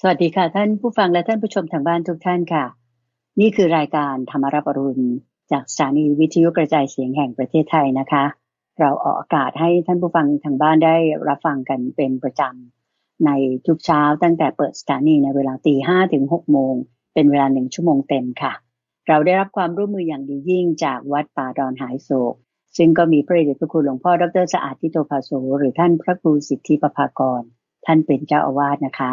สวัสดีค่ะ ท่านผู้ฟังและท่านผู้ชมทางบ้านทุกท่านค่ะ นี่คือรายการธรรมรับอรุณ จากสถานีวิทยุกระจายเสียงแห่งประเทศไทยนะคะ เราออกอากาศให้ท่านผู้ฟังทางบ้านได้รับฟังกันเป็นประจำในทุกเช้าตั้งแต่เปิดสถานีในเวลาตีห้าถึงหกโมง เป็นเวลาหนึ่งชั่วโมงเต็มค่ะ เราได้รับความร่วมมืออย่างดียิ่งจากวัดป่าดอนหายโศก ซึ่งก็มีพระเดชพระคุณหลวงพ่อดรสะอาดทิโตภาโสหรือท่านพระครูสิทธิปภากร ท่านเป็นเจ้าอาวาสนะคะ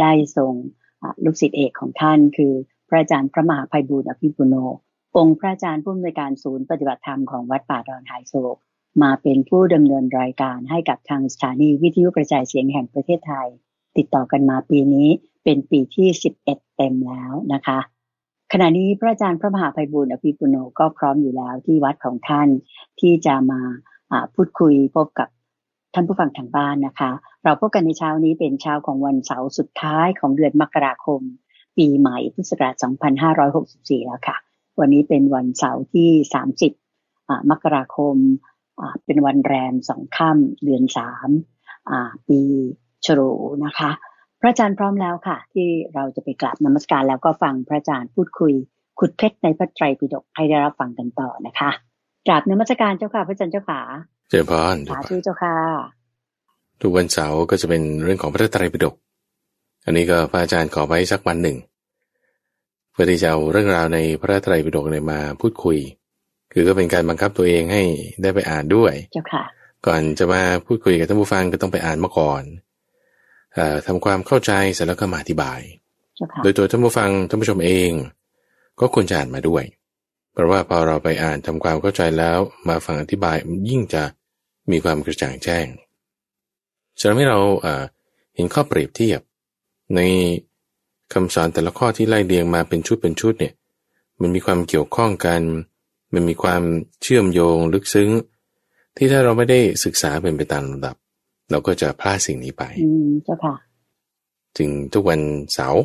ได้ส่งอ่ะลูกศิษย์เอกของท่านคือ พระอาจารย์พระมหาภัยบูลย์อภิปุโน องค์พระอาจารย์ผู้อำนวยการศูนย์ปฏิบัติธรรมของวัดป่าดอนหายโศก มาเป็นผู้ดำเนินรายการให้กับทางสถานีวิทยุกระจายเสียงแห่งประเทศไทย ติดต่อกันมาปีนี้เป็นปีที่ 11 เต็มแล้วนะคะ ขณะนี้พระอาจารย์พระมหาภัยบูลย์อภิปุโนก็พร้อมอยู่แล้วที่วัดของท่าน ที่จะมาอ่าพูดคุยพบกับท่านผู้ฟังทางบ้านนะคะ เราพบกันในเช้านี้เป็นเช้าของวันเสาร์สุดท้ายของเดือนมกราคม ปีใหม่พุทธศักราช2564 แล้วค่ะ วันนี้เป็นวันเสาร์ที่ 30อ่ามกราคมอ่าเป็นวันแรมสองค่ำเดือนสามอ่าปีฉลูนะคะ พระอาจารย์พร้อมแล้วค่ะ ที่เราจะไปกราบนมัสการแล้วก็ฟังพระอาจารย์พูดคุย ขุดเพชรในพระไตรปิฎกให้ได้รับฟังกันต่อนะคะกราบนมัสการเจ้าค่ะพระอาจารย์เจ้าขา เจริญพร สาธุเจ้าค่ะ ทุกวันเสาร์ก็จะเป็นเรื่องของพระไตรปิฎกอันนี้ก็พระอาจารย์ขอไว้สักวันหนึ่ง เพื่อที่จะเอาเรื่องราวในพระไตรปิฎกเนี่ยมาพูดคุย คือก็เป็นการบังคับตัวเองให้ได้ไปอ่านด้วย เจ้าค่ะ ก่อนจะมาพูดคุยกับท่านผู้ฟังก็ต้องไปอ่านมาก่อนเออทำความเข้าใจเสร็จแล้วก็มาอธิบาย เจ้าค่ะ โดยตัวท่านผู้ฟังท่านผู้ชมเอง ก็ควรจะอ่านมาด้วย เพราะว่าพอเราไปอ่านทำความเข้าใจแล้วมาฟังอธิบายมันยิ่งจะมีความกระจ่างแจ้งจะทำให้เราเอ่อเห็นข้อเปรียบเทียบ ในคำสอนแต่ละข้อที่ไล่เรียงมาเป็นชุดเป็นชุดเนี่ยมันมีความเกี่ยวข้องกัน มันมีความเชื่อมโยงลึกซึ้ง ที่ถ้าเราไม่ได้ศึกษาเป็นไปตามลำดับ เราก็จะพลาดสิ่งนี้ไป อืมเจ้าค่ะ จึงทุกวันเสาร์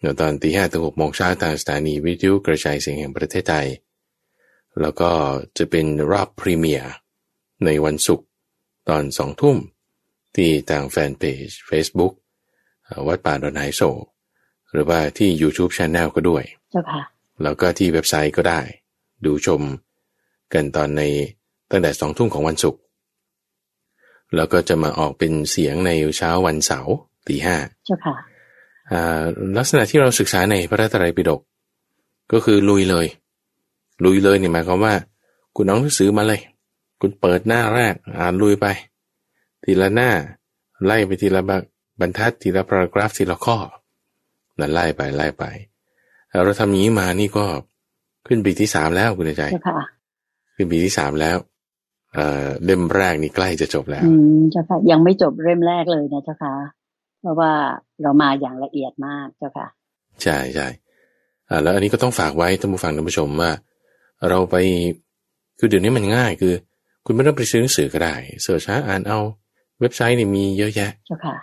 เดี๋ยวตอนตีห้ถึงหกโมงเช้าทางสถานีวิทยุกระจายเสียงแห่งประเทศไทย แล้วก็จะเป็นรอบพรีเมียร์ในวันศุกร์ตอนสองทุ่ม ที่ทางแฟนเพจ Facebook เอ่อวัดป่าดอนไหโศกหรือว่าที่ YouTube Channel ก็ด้วย เจ้าค่ะ แล้วก็ที่เว็บไซต์ก็ได้ ดูชมกันตอนในตั้งแต่สองทุ่มของวันศุกร์แล้วก็จะมาออกเป็นเสียงในเช้าวันเสาร์ตีห้า เจ้าค่ะ อ่าลักษณะที่เราศึกษาในพระไตรปิฎกก็คือลุยเลย ลุยเลยเนี่ยหมายความว่า คุณเอาหนังสือมาเลย คุณเปิดหน้าแรกอ่านลุยไป ทีละหน้า ไล่ไปทีละบรรทัดทีละพารากราฟทีละข้อนั่นไล่ไปไล่ไปเอ่อเราทำอย่างนี้มานี่ก็ขึ้นปีที่สามแล้วคุณใจ เจ้าค่ะ ขึ้นปีที่สามแล้วเอ่อเล่มแรกนี่ใกล้จะจบแล้ว อืมเจ้าค่ะ ยังไม่จบเริ่มแรกเลยนะเจ้าค่ะ เพราะว่าเรามาอย่างละเอียดมากเจ้าค่ะ ใช่ใช่อ่าแล้วอันนี้ก็ต้องฝากไว้ท่านผู้ฟังท่านผู้ชมว่า เราไปคือเดี๋ยวนี้มันง่ายคือ คุณไม่ต้องไปซื้อหนังสือก็ได้เสิร์ชหาอ่านเอาเว็บไซต์เนี่ยมีเยอะแยะ เจ้าค่ะ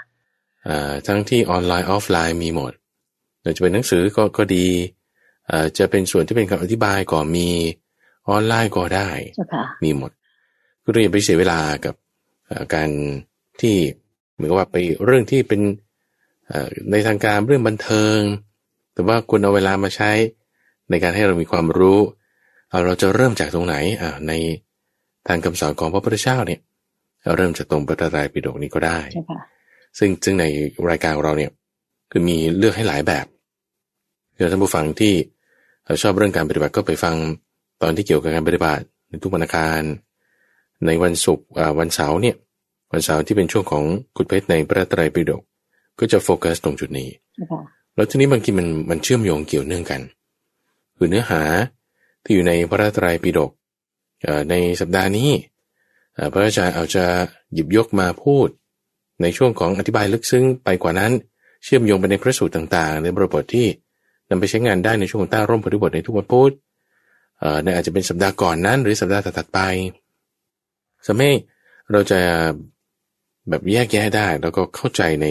อ่าทั้งที่ออนไลน์ออฟไลน์มีหมดเดี๋ยวจะเป็นหนังสือก็ก็ดีอ่าจะเป็นส่วนที่เป็นคำอธิบายก็มีออนไลน์ก็ได้ เจ้าค่ะ มีหมดก็เลยอย่าไปเสียเวลากับเอ่อการที่เหมือนกับว่าไปเรื่องที่เป็นเอ่อในทางการเรื่องบันเทิง แต่ว่าคุณเอาเวลามาใช้ ในการให้เรามีความรู้เอาเราจะเริ่มจากตรงไหนอ่าในทางคำสอนของพระพุทธเจ้าเนี่ยเราเริ่มจากตรงพระไตรปิฎกนี้ก็ได้ เจ้าค่ะ ซึ่งซึ่งในรายการของเราเนี่ยคือมีเลือกให้หลายแบบเดี๋ยวท่านผู้ฟังที่เอ่อชอบเรื่องการปฏิบัติก็ไปฟังตอนที่เกี่ยวกับการปฏิบัติในทุกวันอังคารในวันศุกร์อ่าวันเสาร์เนี่ยวันเสาร์ที่เป็นช่วงของกุดเพชรในพระไตรปิฎกก็จะโฟกัสตรงจุดนี้ เจ้าค่ะ แล้วทีนี้บางทีมันมันเชื่อมโยงเกี่ยวเนื่องกัน คือเนื้อหาที่อยู่ในพระไตรปิฎกเอ่อในสัปดาห์นี้เอ่อพระอาจารย์เอาจะหยิบยกมาพูด ในช่วงของอธิบายลึกซึ้งไปกว่านั้น เชื่อมโยงไปในพระสูตรต่างๆ ในบริบทที่นำไปใช้งานได้ในช่วงของใต้ร่มพระดุบทในทุกวันพุธเอ่อในอาจจะเป็นสัปดาห์ก่อนนั้น หรือสัปดาห์ถัดๆไปสมัยเราจะแบบแยกแยะได้ แล้วก็เข้าใจใน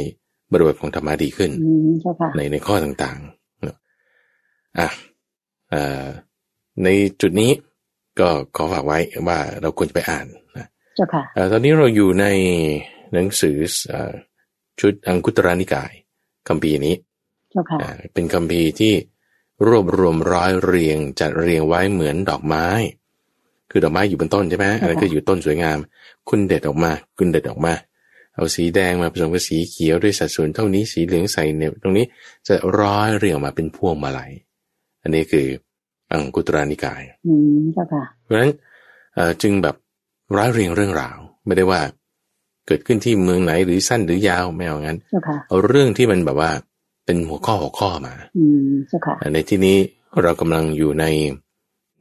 บริบทของธรรมะดีขึ้น อืมเจ้าค่ะ ในในข้อต่างๆเนอะอ่ะเอ่อในจุดนี้ก็ขอฝากไว้ว่าเราควรจะไปอ่านนะ เจ้าค่ะ เอ่อตอนนี้เราอยู่ในหนังสือเอ่อชุดอังคุตรานิกายคัมภีร์นี้ เจ้าค่ะ อ่าเป็นคำพีร์ที่รวบรวมร้อยเรียงจัดเรียงไว้เหมือนดอกไม้ คือดอกไม้อยู่บนต้นใช่ไหมอันนั้นก็อยู่ต้นสวยงาม คุณเด็ดออกมา คุณเด็ดออกมา เอาสีแดงมาผสมกับสีเขียวด้วยสัดส่วนเท่านี้สีเหลืองใส่เนี่ยตรงนี้จะร้อยเรียงออกมาเป็นพวงมาลัยอันนี้คืออังกุตรานิกาย อืมเจ้าค่ะ เพราะฉะนั้นเอ่อจึงแบบร้อยเรียงเรื่องราว ไม่ได้ว่าเกิดขึ้นที่เมืองไหนหรือสั้นหรือยาวไม่เอางั้น เจ้าค่ะ เอาเรื่องที่มันแบบว่าเป็นหัวข้อหัวข้อมา อืมเจ้าค่ะ ในที่นี้เรากำลังอยู่ใน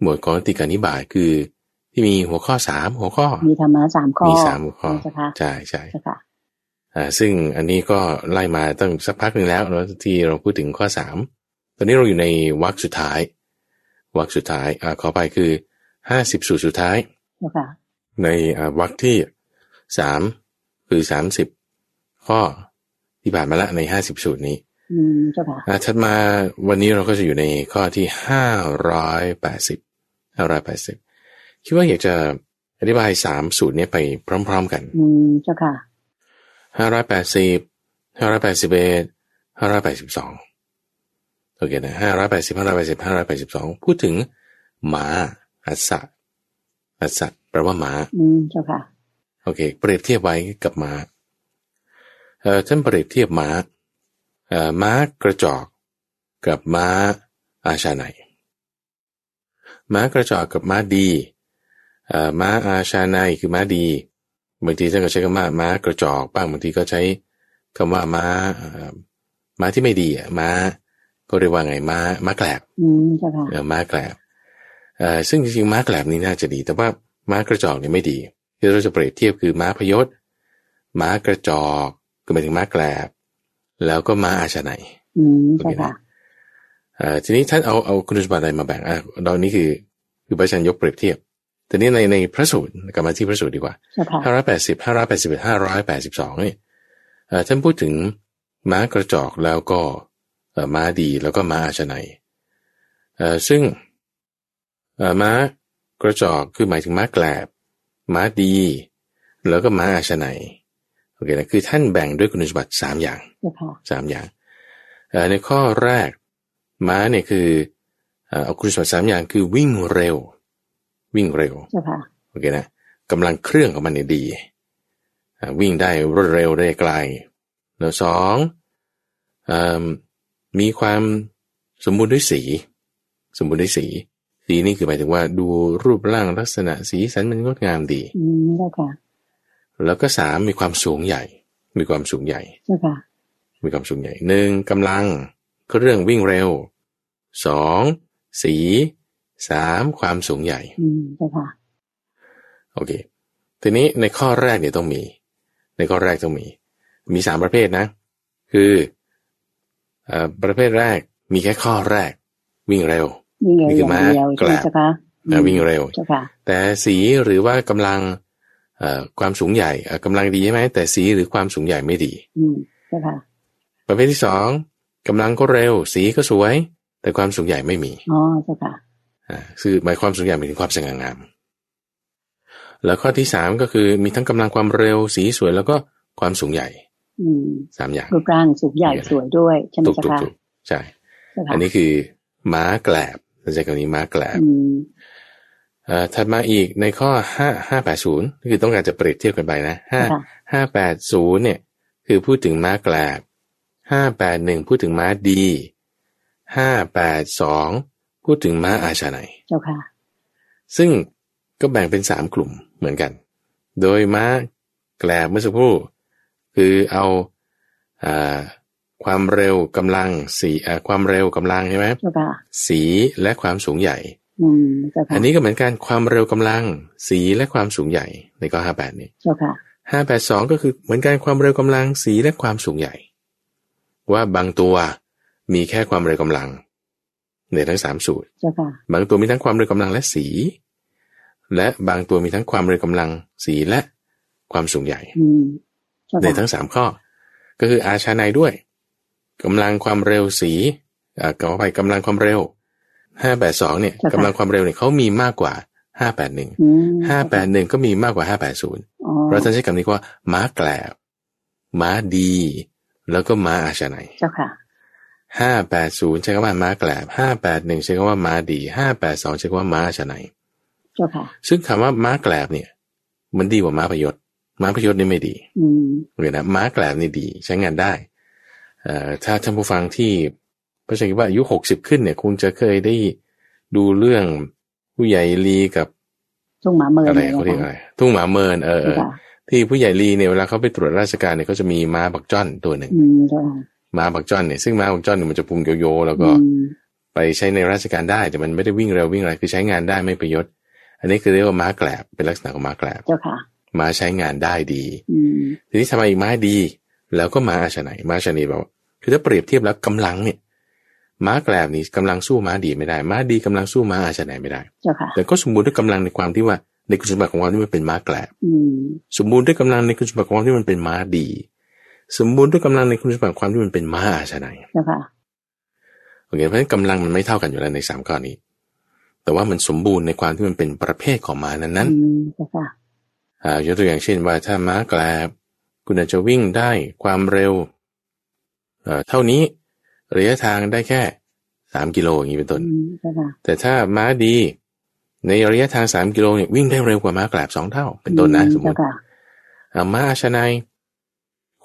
หมวดของติกานิบาตคือ ที่มีหัวข้อสามหัวข้อ มีธรรมะสามข้อ มีสามหัวข้อ เจ้าค่ะ ใช่ใช่ เจ้าค่ะ อ่าซึ่งอันนี้ก็ไล่มาตั้งสักพักหนึ่งแล้วเนอะที่เราพูดถึงข้อสามตอนนี้เราอยู่ในวรรคสุดท้ายวรรคสุดท้ายอ่าขอไปคือห้าสิบสูตรสุดท้าย เจ้าค่ะ ในอ่าวรรคที่สามคือสามสิบข้อที่ผ่านมาละในห้าสิบสูตรนี้ อืมเจ้าค่ะ อ่ะถัดมาวันนี้เราก็จะอยู่ในข้อที่ห้าร้อยแปดสิบห้าร้อยแปดสิบคิดว่าอยากจะอธิบายสามสูตรเนี้ไปพร้อมๆกัน อืมเจ้าค่ะ ห้าร้อยแปดสิบห้าร้อยแปดสิบเอ็ดห้าร้อยแปดสิบสองโอเคนะห้าร้อยแปดสิบห้าร้อยแปดสิบห้าร้อยแปดสิบสองพูดถึงม้าอัสสะอัสสะแปลว่าม้า อืมเจ้าค่ะ โอเค เปรียบเทียบไว้กับม้าเอ่อท่านเปรียบเทียบม้าเอ่อม้ากระจอก กับม้าอาชาไหน ม้ากระจอกกับม้าดีเอ่อม้าอาชาไนคือม้าดี บางทีท่านก็ใช้คำว่าม้ากระจอก บ้างบางทีก็ใช้คำว่าม้าเอ่อม้าที่ไม่ดีอ่ะม้าก็เรียกว่าไงม้าม้าแกลบ อืมเจ้าค่ะ เออม้าแกลบเอ่อซึ่งจริงๆม้าแกลบนี่น่าจะดี แต่ว่าม้ากระจอกนี่ไม่ดีที่เราจะเปรียบเทียบคือม้าพยศ ม้ากระจอกก็หมายถึงม้าแกลบ แล้วก็ม้าอาชาไนย อืมเจ้าค่ะ เอ่อทีนี้ท่านเอาเอาคุณสมบัติอะไรมาแบ่งอ่ะตอนนี้คือคือพระอาจารย์ยกเปรียบเทียบ แต่นี้ในในพระสูตรกลับมาที่พระสูตรดีกว่า เจ้าค่ะ ห้าร้อยแปดสิบห้าร้อยแปดสิบเอ็ดห้าร้อยแปดสิบสองนี่เอ่อท่านพูดถึงม้ากระจอกแล้วก็เอ่อม้าดีแล้วก็ม้าอาชนัยเอ่อซึ่งเอ่อม้ากระจอกคือหมายถึงม้าแกลบ ม้าดี แล้วก็ม้าอาชนัยโอเคนะคือท่านแบ่งด้วยคุณสมบัติสามอย่าง เจ้าค่ะ สามอย่างเอ่อในข้อแรกม้าเนี่ยคือเอ่อเอาคุณสมบัติสามอย่างคือวิ่งเร็ว วิ่งเร็ว เจ้าค่ะ โอเคนะกำลังเครื่องของมันเนี่ยดีอ่าวิ่งได้รวดเร็วได้ไกลแล้วสองเอิ่มมีความสมบูรณ์ด้วยสี สมบูรณ์ด้วยสี สีนี่คือหมายถึงว่าดูรูปร่างลักษณะสีสันมันงดงามดี อืมเจ้าค่ะ แล้วก็สามมีความสูงใหญ่ มีความสูงใหญ่ เจ้าค่ะ มีความสูงใหญ่หนึ่งกำลังเครื่องวิ่งเร็วสองสีสามความสูงใหญ่ อืมเจ้าค่ะ โอเค ทีนี้ในข้อแรกเนี่ยต้องมี ในข้อแรกต้องมี มีสามประเภทนะ คือเอ่อประเภทแรกมีแค่ข้อแรก วิ่งเร็ว นี่ไง นี่คือ อ ม้า ย่างเดียวใช่ไหม แกลบ เจ้าค่ะ นะวิ่งเร็ว เจ้าค่ะ แต่สีหรือว่ากำลังเอ่อความสูงใหญ่เอ่อกำลังดีใช่ไหมแต่สีหรือความสูงใหญ่ไม่ดี อืมเจ้าค่ะ ประเภทที่สองกำลังก็เร็ว สีก็สวย แต่ความสูงใหญ่ไม่มี อ๋อ เจ้าค่ะ อ่าคือหมายความสูงใหญ่หมายถึงความสง่างาม แล้วข้อที่สามก็คือมีทั้งกำลังความเร็ว สีสวยแล้วก็ความสูงใหญ่ อืม สามอย่าง รูปร่างสูงใหญ่สวยด้วยใช่ไหม ถูก เจ้า ถูก ค่ะ ถูกใช่ เจ้าค่ะ อันนี้คือม้าแกลบเราใช้คำนี้ม้าแกลบ อืม เอ่อถัดมาอีกในข้อห้าห้าแปดศูนย์คือต้องการจะเปรียบเทียบกันไปนะห้า เจ้าค่ะ ห้าแปดศูนย์เนี่ยคือพูดถึงม้าแกลบห้าแปดหนึ่งพูดถึงม้าดีห้าแปดสองพูดถึงม้าอาชาไนย เจ้าค่ะ ซึ่งก็แบ่งเป็นสามกลุ่มเหมือนกัน โดยม้าแกลบเมื่อสักครู่คือเอาอาความเร็วกำลังสีอ่าความเร็วกำลังใช่ไหม เจ้าค่ะ สีและความสูงใหญ่ อืมเจ้าค่ะ อันนี้ก็เหมือนกันความเร็วกำลัง สีและความสูงใหญ่ในข้อ58นี่ เจ้าค่ะ 582 ก็คือเหมือนกันความเร็วกำลัง สีและความสูงใหญ่ ว่าบางตัวมีแค่ความเร็วกำลัง ในทั้งสามสูตร เจ้าค่ะ บางตัวมีทั้งความเร็วกำลังและสี และบางตัวมีทั้งความเร็วกำลัง สีและความสูงใหญ่ อืมเจ้า ใน ค่ะ ทั้งสามข้อ ก็คืออาชาในด้วยกำลังความเร็วสีเอ่อกลับไปกำลังความเร็วห้าแปดสองเนี่ยกำลังความเร็วเนี่ยเขามีมากกว่าห้าแปดหนึ่ง อืม ห้าแปดหนึ่งก็มีมากกว่าห้าแปดศูนย์ อ๋อ เราท่านใช้คำนี้ว่าม้าแกลบม้าดี แล้วก็ม้าอาชาใน เจ้าค่ะ 580 ใช้คำว่าม้าแกลบ 581 ใช้คำว่าม้าดี 582 ใช้คำว่าม้าชะไหน เจ้าค่ะ ซึ่งคำว่าม้าแกลบเนี่ย มันดีกว่าม้าพยศ ม้าพยศนี่ไม่ดี อืม เลยนะม้าแกลบนี่ดีใช้งานได้เอ่อถ้าท่านผู้ฟังที่ประชาชนว่าอายุ60 ขึ้นเนี่ยคงจะเคยได้ดูเรื่องผู้ใหญ่ลีกับ ทุ่งหมาเมิน อะไร นี่ เขาเรียก นะ อะ คะ ไรทุ่งหมาเมินเออเอ เจ้า อ ค่ะ ที่ผู้ใหญ่ลีเนี่ยเวลาเขาไปตรวจราชการเนี่ยเขาจะมีม้าบักจ้อนตัวหนึ่ง อืมเจ้าค่ะ ม้าบักจ้อนเนี่ยซึ่งม้าบักจ้อนเนี่ยมันจะพุงโยๆแล้วก็ อืม ไปใช้ในราชการได้แต่มันไม่ได้วิ่งเร็ววิ่งอะไรคือใช้งานได้ไม่ประยศ อันนี้คือเรียกว่าม้าแกลบเป็นลักษณะของม้าแกลบ เจ้าค่ะ ม้าใช้งานได้ดี อืม ทีนี้ทำไมม้าดี แล้วก็ม้าอาชนัยม้าอาชนัยแบบว่าคือถ้าเปรียบเทียบแล้วกำลังเนี่ยม้าแกลบนี่กำลังสู้ม้าดีไม่ได้ ม้าดีกำลังสู้ม้าอาชนัยไม่ได้ เจ้าค่ะ แต่ก็สมบูรณ์ด้วยกำลังในความที่ว่าในคุณสมบัติของความที่มันเป็นม้าแกลบ อืม สมบูรณ์ด้วยกำลังในคุณสมบัติของความที่มันเป็นม้าดี สมบูรณ์ด้วยกำลังในคุณสมบัติความที่มันเป็นม้าอาชนัย เจ้าค่ะ โอเคเพราะฉะนั้นกำลังมันไม่เท่ากันอยู่แล้วในสามข้อนี้ แต่ว่ามันสมบูรณ์ในความที่มันเป็นประเภทของม้านั้น อืมเจ้าค่ะ ๆอ่ายกตัวอย่างเช่นว่าถ้าม้าแกลบ คุณอาจจะวิ่งได้ความเร็วเอ่อเท่านี้ระยะทางได้แค่ 3 กิโลอย่างนี้เป็นต้น อืมเจ้าค่ะ แต่ถ้าม้าดี ในระยะทาง 3 กิโลเนี่ยวิ่งได้เร็วกว่าม้าแกลบสองเท่า เป็นต้นนะ อื สมมติ เจ้าค่ะ เอาม้าอาชนาย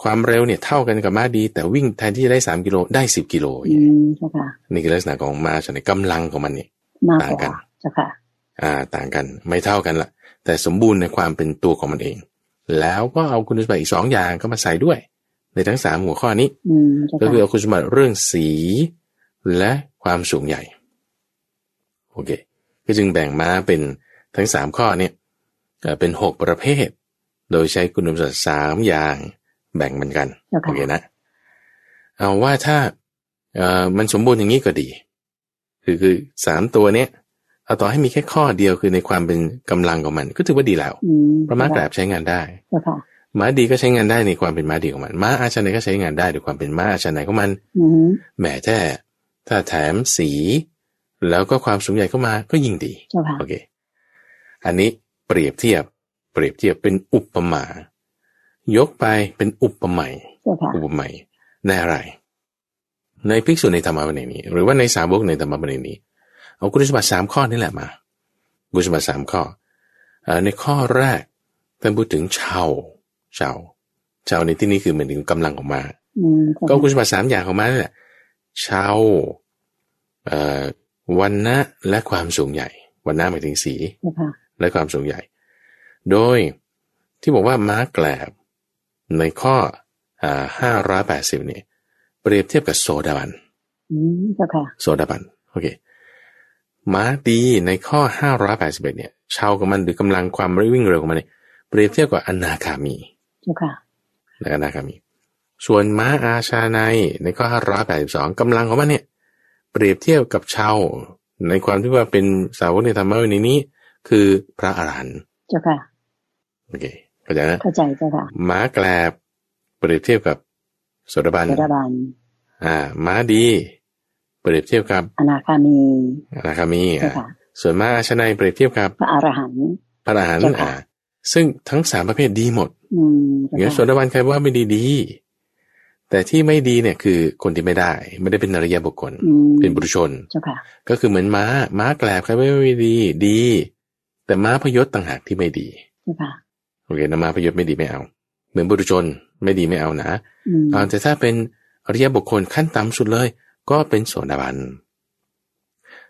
ความเร็วเนี่ยเท่ากันกับม้าดี แต่วิ่งแทนที่จะได้ 3 กิโลได้ 10 กิโลอ อื ย่างเงี้ย มเจ้าค่ะ นี่คือลักษณะของม้าอาชนายกำลังของมันเนี่ย มาก ต่าง ก กั ว่าน เจ้าค่ะ อ่าต่างกันไม่เท่ากันละแต่สมบูรณ์ในความเป็นตัวของมันเอง แล้วก็เอาคุณสมบัติอีกสองอย่างก็มาใส่ด้วย ในทั้ง 3 หัวข้อนี้ อืมเจ้า ก็คือ ค่ะ เอาคุณสมบัติเรื่องสีและความสูงใหญ่โอเคก็จึงแบ่งม้าเป็นทั้ง 3 ข้อเนี่ยเอ่อเป็น 6 ประเภท โดยใช้คุณสมบัติสามอย่างแบ่งมันกัน เจ้า โอ ค่ะ เคนะเอาว่าถ้าเอ่อมันสมบูรณ์อย่างนี้ก็ดี คือคือสามตัวเนี้ยเอาต่อให้มีแค่ข้อเดียวคือในความเป็นกำลังของมัน ก็ถือว่าดีแล้ว อืม เพราะม้าแกลบใช้งานได้ เจ้าค่ะ ม้าดีก็ใช้งานได้ในความเป็นม้าดีของมัน ม้าอาชนัยก็ใช้งานได้ด้วยความเป็นม้าอาชนัยของมัน อืม แหมแท้ถ้าแถมสี แล้วก็ความสูงใหญ่เข้ามาก็ยิ่งดี เจ้าค่ะ โอเค อันนี้เปรียบเทียบ เปรียบเทียบเป็นอุปมา ยกไปเป็นอุปไมย เจ้าค่ะ อุปไมยในอะไร ในภิกษุในธรรมะบันนี้ หรือว่าในสาวกในธรรมะบันนี้ เอาคุณสมบัติสามข้อนี่แหละมา คุณสมบัติสามข้อเอ่อในข้อแรกท่านพูดถึงชาวชาวชาวในที่นี้คือหมายถึงกำลังของมา อืมเจ้า ก็ ค่ะ คุณสมบัติสามอย่างของมันนั่นแหละเชาวเอ่อวันนะและความสูงใหญ่ วันนะหมายถึงสี เจ้าค่ะ และความสูงใหญ่ โดยที่บอกว่าม้าแกลบในข้อห้าร้อยแปดสิบเนี่ยเปรียบเทียบกับโซดาบัน อืมเจ้าค่ะ โซดาบัน โอเค ม้าดีในข้อห้าร้อยแปดสิบเอ็ดเนี่ยเชาวกับมันหรือกำลังความวิ่งเร็วของมันเนี่ยเปรียบเทียบกับอนาคามี เจ้าค่ะ และอนาคามี ส่วนม้าอาชาในในข้อ582กำลังของมันเนี่ย เปรียบเทียบกับชาวในความที่ว่าเป็นสาวกในธรรมะวันนี้ คือพระอรหันต์ เจ้าค่ะ โอเคเข้าใจนะ เข้าใจเจ้าค่ะ ม้าแกลบ เปรียบเทียบกับโสดาบัน โสดาบัน อ่า ม้าดี เปรียบเทียบกับ อนาคามี อนาคามี เจ้า อ่า ค่ะ ส่วนม้าอาชาในเปรียบเทียบกับ พระอรหันต์ พระอรหันต์ เจ้าค่ะ อ่าซึ่งทั้งสามประเภทดีหมด อืมเจ้า เงี้ยโส ค่ะ ดาบันใครว่าไม่ดีดี แต่ที่ไม่ดีเนี่ยคือคนที่ไม่ได้ ไม่ได้เป็นอริยบุคคล อืม เป็นบุตรชน เจ้าค่ะ ก็คือเหมือนม้า ม้าแกลบใครว่าไม่ดีดี แต่ม้าพยศต่างหากที่ไม่ดี เจ้าค่ะ โอเคนะม้าพยศไม่ดีไม่เอา เหมือนบุตรชนไม่ดีไม่เอานะ อืม เอาแต่ถ้าเป็นอริยบุคคลขั้นต่ำสุดเลย ก็เป็นโสดาบัน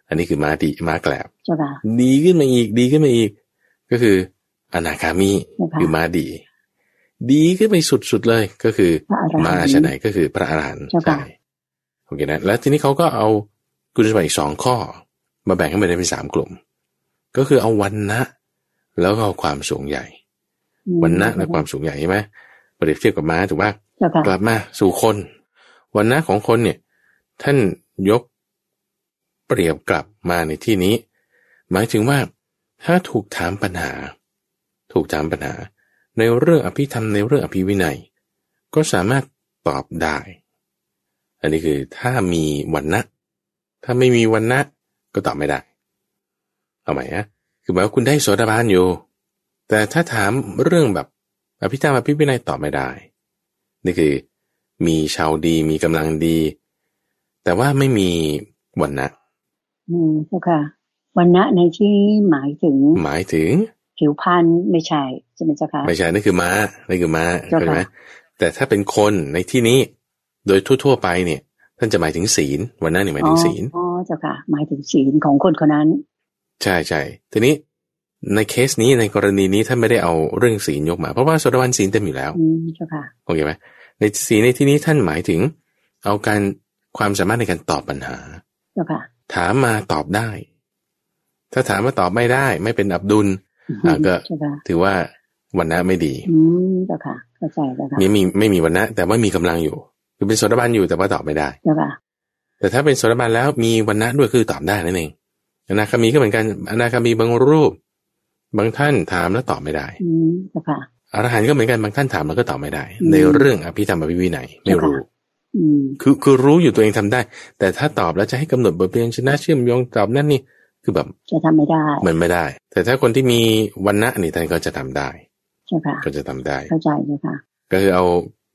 อันนี้คือม้าดีม้าแกลบ เจ้าค่ะ ดีขึ้นมาอีกดีขึ้นมาอีก ก็คืออนาคามี นะคะ คือม้าดี ดีขึ้นไปสุดๆเลยก็คือ พระอรหันต์ ม้าอาชนัยก็คือพระอรหันต์ เจ้าค่ะ ใช่โอเคนะแล้วทีนี้เขาก็เอาคุณสมบัติอีกสองข้อ มาแบ่งให้มันได้เป็นสามกลุ่ม ก็คือเอาวันนะแล้วก็เอาความสูงใหญ่ อืม วันนะและความสูงใหญ่ใช่ไหมเปรียบเทียบกับม้าถูกป่ะ เจ้าค่ะ กลับมาสู่คน วันนะของคนเนี่ย ท่านยกเปรียบกลับมาในที่นี้ หมายถึงว่าถ้าถูกถามปัญหา ถูกถามปัญหา ในเรื่องอภิธรรมในเรื่องอภิวินัย ก็สามารถตอบได้ อันนี้คือถ้ามีวันนะถ้าไม่มีวันนะก็ตอบไม่ได้เอาใหม่นะคือหมายว่าคุณได้โสดาบันอยู่ แต่ถ้าถามเรื่องแบบอภิธรรมอภิวินัยตอบไม่ได้ นี่คือมีชาวดีมีกำลังดี แต่ว่าไม่มีวันนะ อืมเจ้าค่ะวันณะในที่หมายถึง หมายถึง ผิวพรรณไม่ใช่ใช่ไหมเจ้าค่ะ ไม่ใช่นั่นคือม้านั่นคือม้า เจ้าค่ะ เข้าใจไหมแต่ถ้าเป็นคนในที่นี้ โดยทั่ว ๆ ไปเนี่ย ท่านจะหมายถึงศีลวันนะเนี่ยหมายถึงศีล อ๋ออ๋อเจ้าค่ะ หมายถึงศีลของคนคนนั้น ใช่ใช่ทีนี้ในเคสนี้ในกรณีนี้ท่านไม่ได้เอาเรื่องศีลยกมา เพราะว่าโสดาบันศีลเต็มอยู่แล้ว อืมเจ้าค่ะ โอเคไหมในศีลในที่นี้ท่านหมายถึง เอาการความสามารถในการตอบปัญหา เจ้าค่ะ ถามมาตอบได้ ถ้าถามมาตอบไม่ได้ ไม่เป็นอับดุล อ่าก็ เจ้าค่ะ ถือว่าวันนะไม่ดี อืมเจ้าค่ะ เข้าใจเจ้าค่ะ มีมีไม่มีวันนะแต่ว่ามีกำลังอยู่คือเป็นโสดาบันอยู่แต่ว่าตอบไม่ได้ เจ้าค่ะ แต่ถ้าเป็นโสดาบันแล้วมีวันนะด้วยคือตอบได้นั่นเองอนาคามีก็เหมือนกันอนาคามีบางรูป บางท่านถามแล้วตอบไม่ได้ อืมเจ้าค่ะ อรหันต์ก็เหมือนกันบางท่านถามแล้วก็ตอบไม่ได้ อืม ในเรื่องอภิธรรมอภิวินัยไม่รู้ อืม คือคือรู้อยู่ตัวเองทำได้ แต่ถ้าตอบแล้วจะให้กำหนดบทเรียนชนะเชื่อมโยงตอบนั่นนี่คือแบบ จะทำไม่ได้ มันไม่ได้ แต่ถ้าคนที่มีวันณะนี่ท่านก็จะทำได้ เจ้าค่ะ ก็จะทำได้ เข้าใจเจ้าค่ะ ก็คือเอา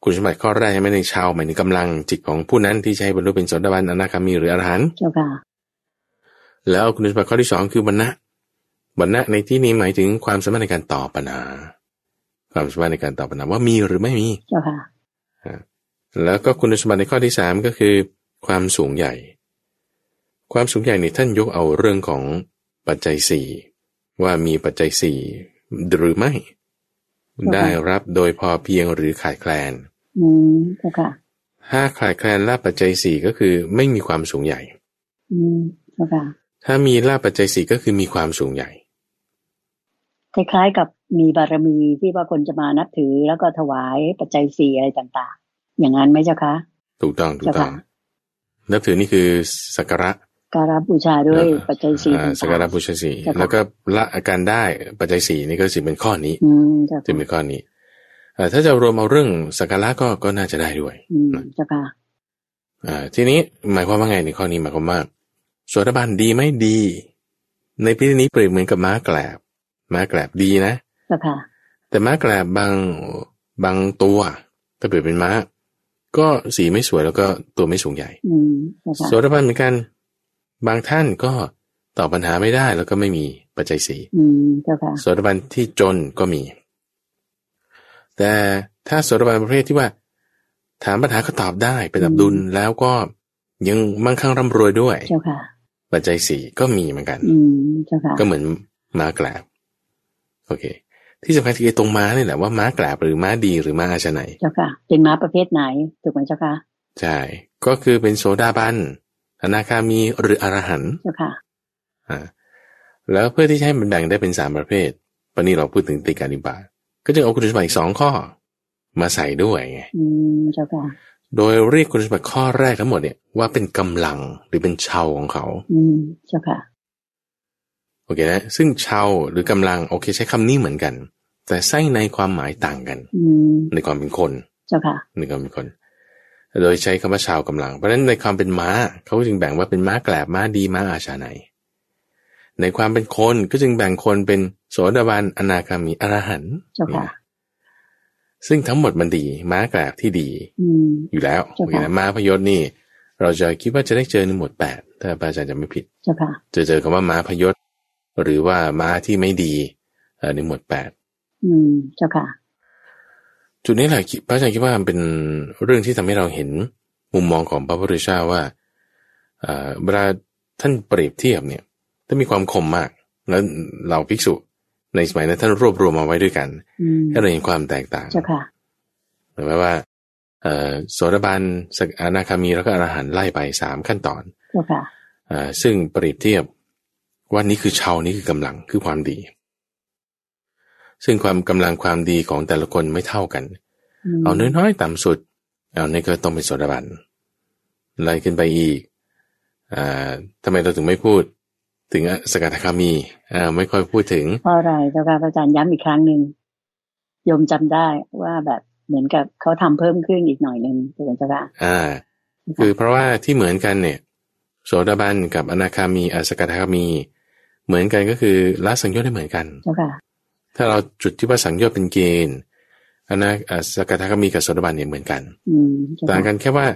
คุณสมบัติข้อแรกให้ไม่ในชาวหมายถึงกำลังจิตของผู้นั้นที่จะใช้บรรลุเป็นโสดาบันอนาคามีหรืออรหันต์ เจ้าค่ะ แล้วคุณสมบัติข้อที่สองคือวันณะวันณะในที่นี้หมายถึงความสามารถในการตอบปัญหา ความสามารถในการตอบปัญหาว่ามีหรือไม่มี เจ้าค่ะ แล้วก็คุณสมบัติในข้อที่ 3 ก็คือ ความสูงใหญ่ ความสูงใหญ่นี่ท่านยกเอาเรื่องของปัจจัย 4 ว่ามีปัจจัย 4 หรือไม่ ค่ะ ได้รับโดยพอเพียงหรือขาดแคลน อืมเจ้าค่ะ ถ้าขาดแคลนลาภปัจจัย 4 ก็คือไม่มีความสูงใหญ่ อืมเจ้าค่ะ ถ้ามีลาภปัจจัย 4 ก็คือมีความสูงใหญ่ คล้ายๆกับมีบารมีที่ว่าคนจะมานับถือแล้วก็ถวายปัจจัยสี่อะไรต่างๆ อย่างนั้นไหมเจ้าคะ ถูกต้องถูกต้อง ค่ะ นับถือนี่คือสักการะ การบบูชาด้วย เอ่อ ปัจจัยสี่ อ่า ต่างๆ สักการะบูชาสี ค่ะ แล้วก็ละอาการได้ปัจจัย4นี่ก็สิเป็นข้อนี้ อืมเจ้า จึง ค่ะ เป็นข้อนี้เอ่อถ้าจะรวมเอาเรื่องสักการะก็ก็น่าจะได้ด้วย อืมเจ้าค่ะ อ่าทีนี้หมายความว่าไงในข้อนี้หมายความว่าโสดาบันดีไหมดี ในพิธีนี้เปรียบเหมือนกับม้าแกลบ ม้าแกลบดีนะ เจ้าค่ะ แต่ม้าแกลบบางบางตัว ถ้าเปรียบเป็นม้า ก็สีไม่สวยแล้วก็ตัวไม่สูงใหญ่ อืมเจ้าค่ะ โสดาบันเหมือนกัน บางท่านก็ตอบปัญหาไม่ได้แล้วก็ไม่มีปัจจัยสี อืมเจ้าค่ะ โสดาบันที่จนก็มี แต่ถ้าโสดาบันประเภทที่ว่า ถามปัญหาก็ตอบได้เป็นอับดุลแล้วก็ยังมั่งคั่งร่ำรวยด้วย เจ้าค่ะ ปัจจัยสี่ก็มีเหมือนกัน อืมเจ้าค่ะ ก็เหมือนม้าแกลบโอเค ที่สำคัญคือไอ้ตรงม้านี่แหละว่าม้าแกลบหรือม้าดีหรือม้าอาชนัย เจ้าค่ะ เป็นม้าประเภทไหนถูกไหมเจ้าค่ะ ใช่ก็คือเป็นโสดาบันอนาคามีหรืออรหันต์ เจ้าค่ะ อ่าแล้วเพื่อที่จะให้มันแบ่งได้เป็นสามประเภทวันนี้เราพูดถึงติการิบาตก็จึงเอาคุณสมบัติอีกสองข้อ มาใส่ด้วยไง อืมเจ้าค่ะ โดยเรียกคุณสมบัติข้อแรกทั้งหมดเนี่ยว่าเป็นกำลังหรือเป็นชาวของเขา อืมเจ้าค่ะ โอเคนะซึ่งชาวหรือกำลังโอเคใช้คำนี้เหมือนกัน แต่ไส้ในความหมายต่างกัน อืม ในความเป็นคน เจ้าค่ะ ในความเป็นคน โดยใช้คำว่าชาวกำลัง เพราะฉะนั้นในความเป็นม้าเขาจึงแบ่งว่าเป็นม้าแกลบม้าดีม้าอาชาในในความเป็นคนก็จึงแบ่งคนเป็นโสดาบันอนาคามีอรหันต์ เจ้าค่ะ ซึ่งทั้งหมดมันดีม้าแกลบที่ดี อืม อยู่แล้ว เจ้า โอ ค่ะ เคนะม้าพยศนี่ เราจะคิดว่าจะได้เจอในหมวดแปดถ้าพระอาจารย์จะไม่ผิด เจ้าค่ะ จะเจอคำว่าม้าพยศ หรือว่าม้าที่ไม่ดีเอ่อในหมวดแปด อืมเจ้าค่ะ จุดนี้แหละคิดพระอาจารย์คิดว่ามันเป็นเรื่องที่ทำให้เราเห็นมุมมองของพระพุทธเจ้าว่าเอ่อเวลาท่านเปรียบเทียบเนี่ยท่านมีความคมมาก แล้วเราภิกษุในสมัยนั้นท่านรวบรวมมาไว้ด้วยกัน อืม ให้เราเห็นความแตกต่าง เจ้าค่ะ หมายความว่าเอ่อโสดาบันสกอนาคามีแล้วก็อรหันต์ไล่ไปสามขั้นตอน เจ้าค่ะ อ่าซึ่งเปรียบเทียบว่านี้คือชาวนี้คือกำลังคือความดี ซึ่งความกำลังความดีของแต่ละคนไม่เท่ากัน ม เอาน้อยๆต่ำสุด เอาในก็ต้องเป็นโสดาบันไล่ขึ้นไปอีกอาทำไมเราถึงไม่พูด ถึงสกทาคามีอ่าไม่ค่อยพูดถึง เพราะอะไรเจ้าค่ะพระอาจารย์ย้ำอีกครั้งหนึ่งโยมจำได้ว่าแบบเหมือนกับเขาทำเพิ่มขึ้นอีกหน่อยหนึ่งถูกไหมเจ้าค่ะ อ่า คือเพราะว่าที่เหมือนกันเนี่ย โสดาบันกับอนาคามีอาสกทาคามี เหมือนกันก็คือละสังโยชน์ได้เหมือนกัน เจ้าค่ะ ถ้าเราจุดที่ว่าสังโยชน์เป็นเกณฑ์อนาอ่าสกทาคามีกับโสดาบันเนี่ยเหมือนกัน อืมเจ้า ต่าง ค่ะ กันแค่ว่า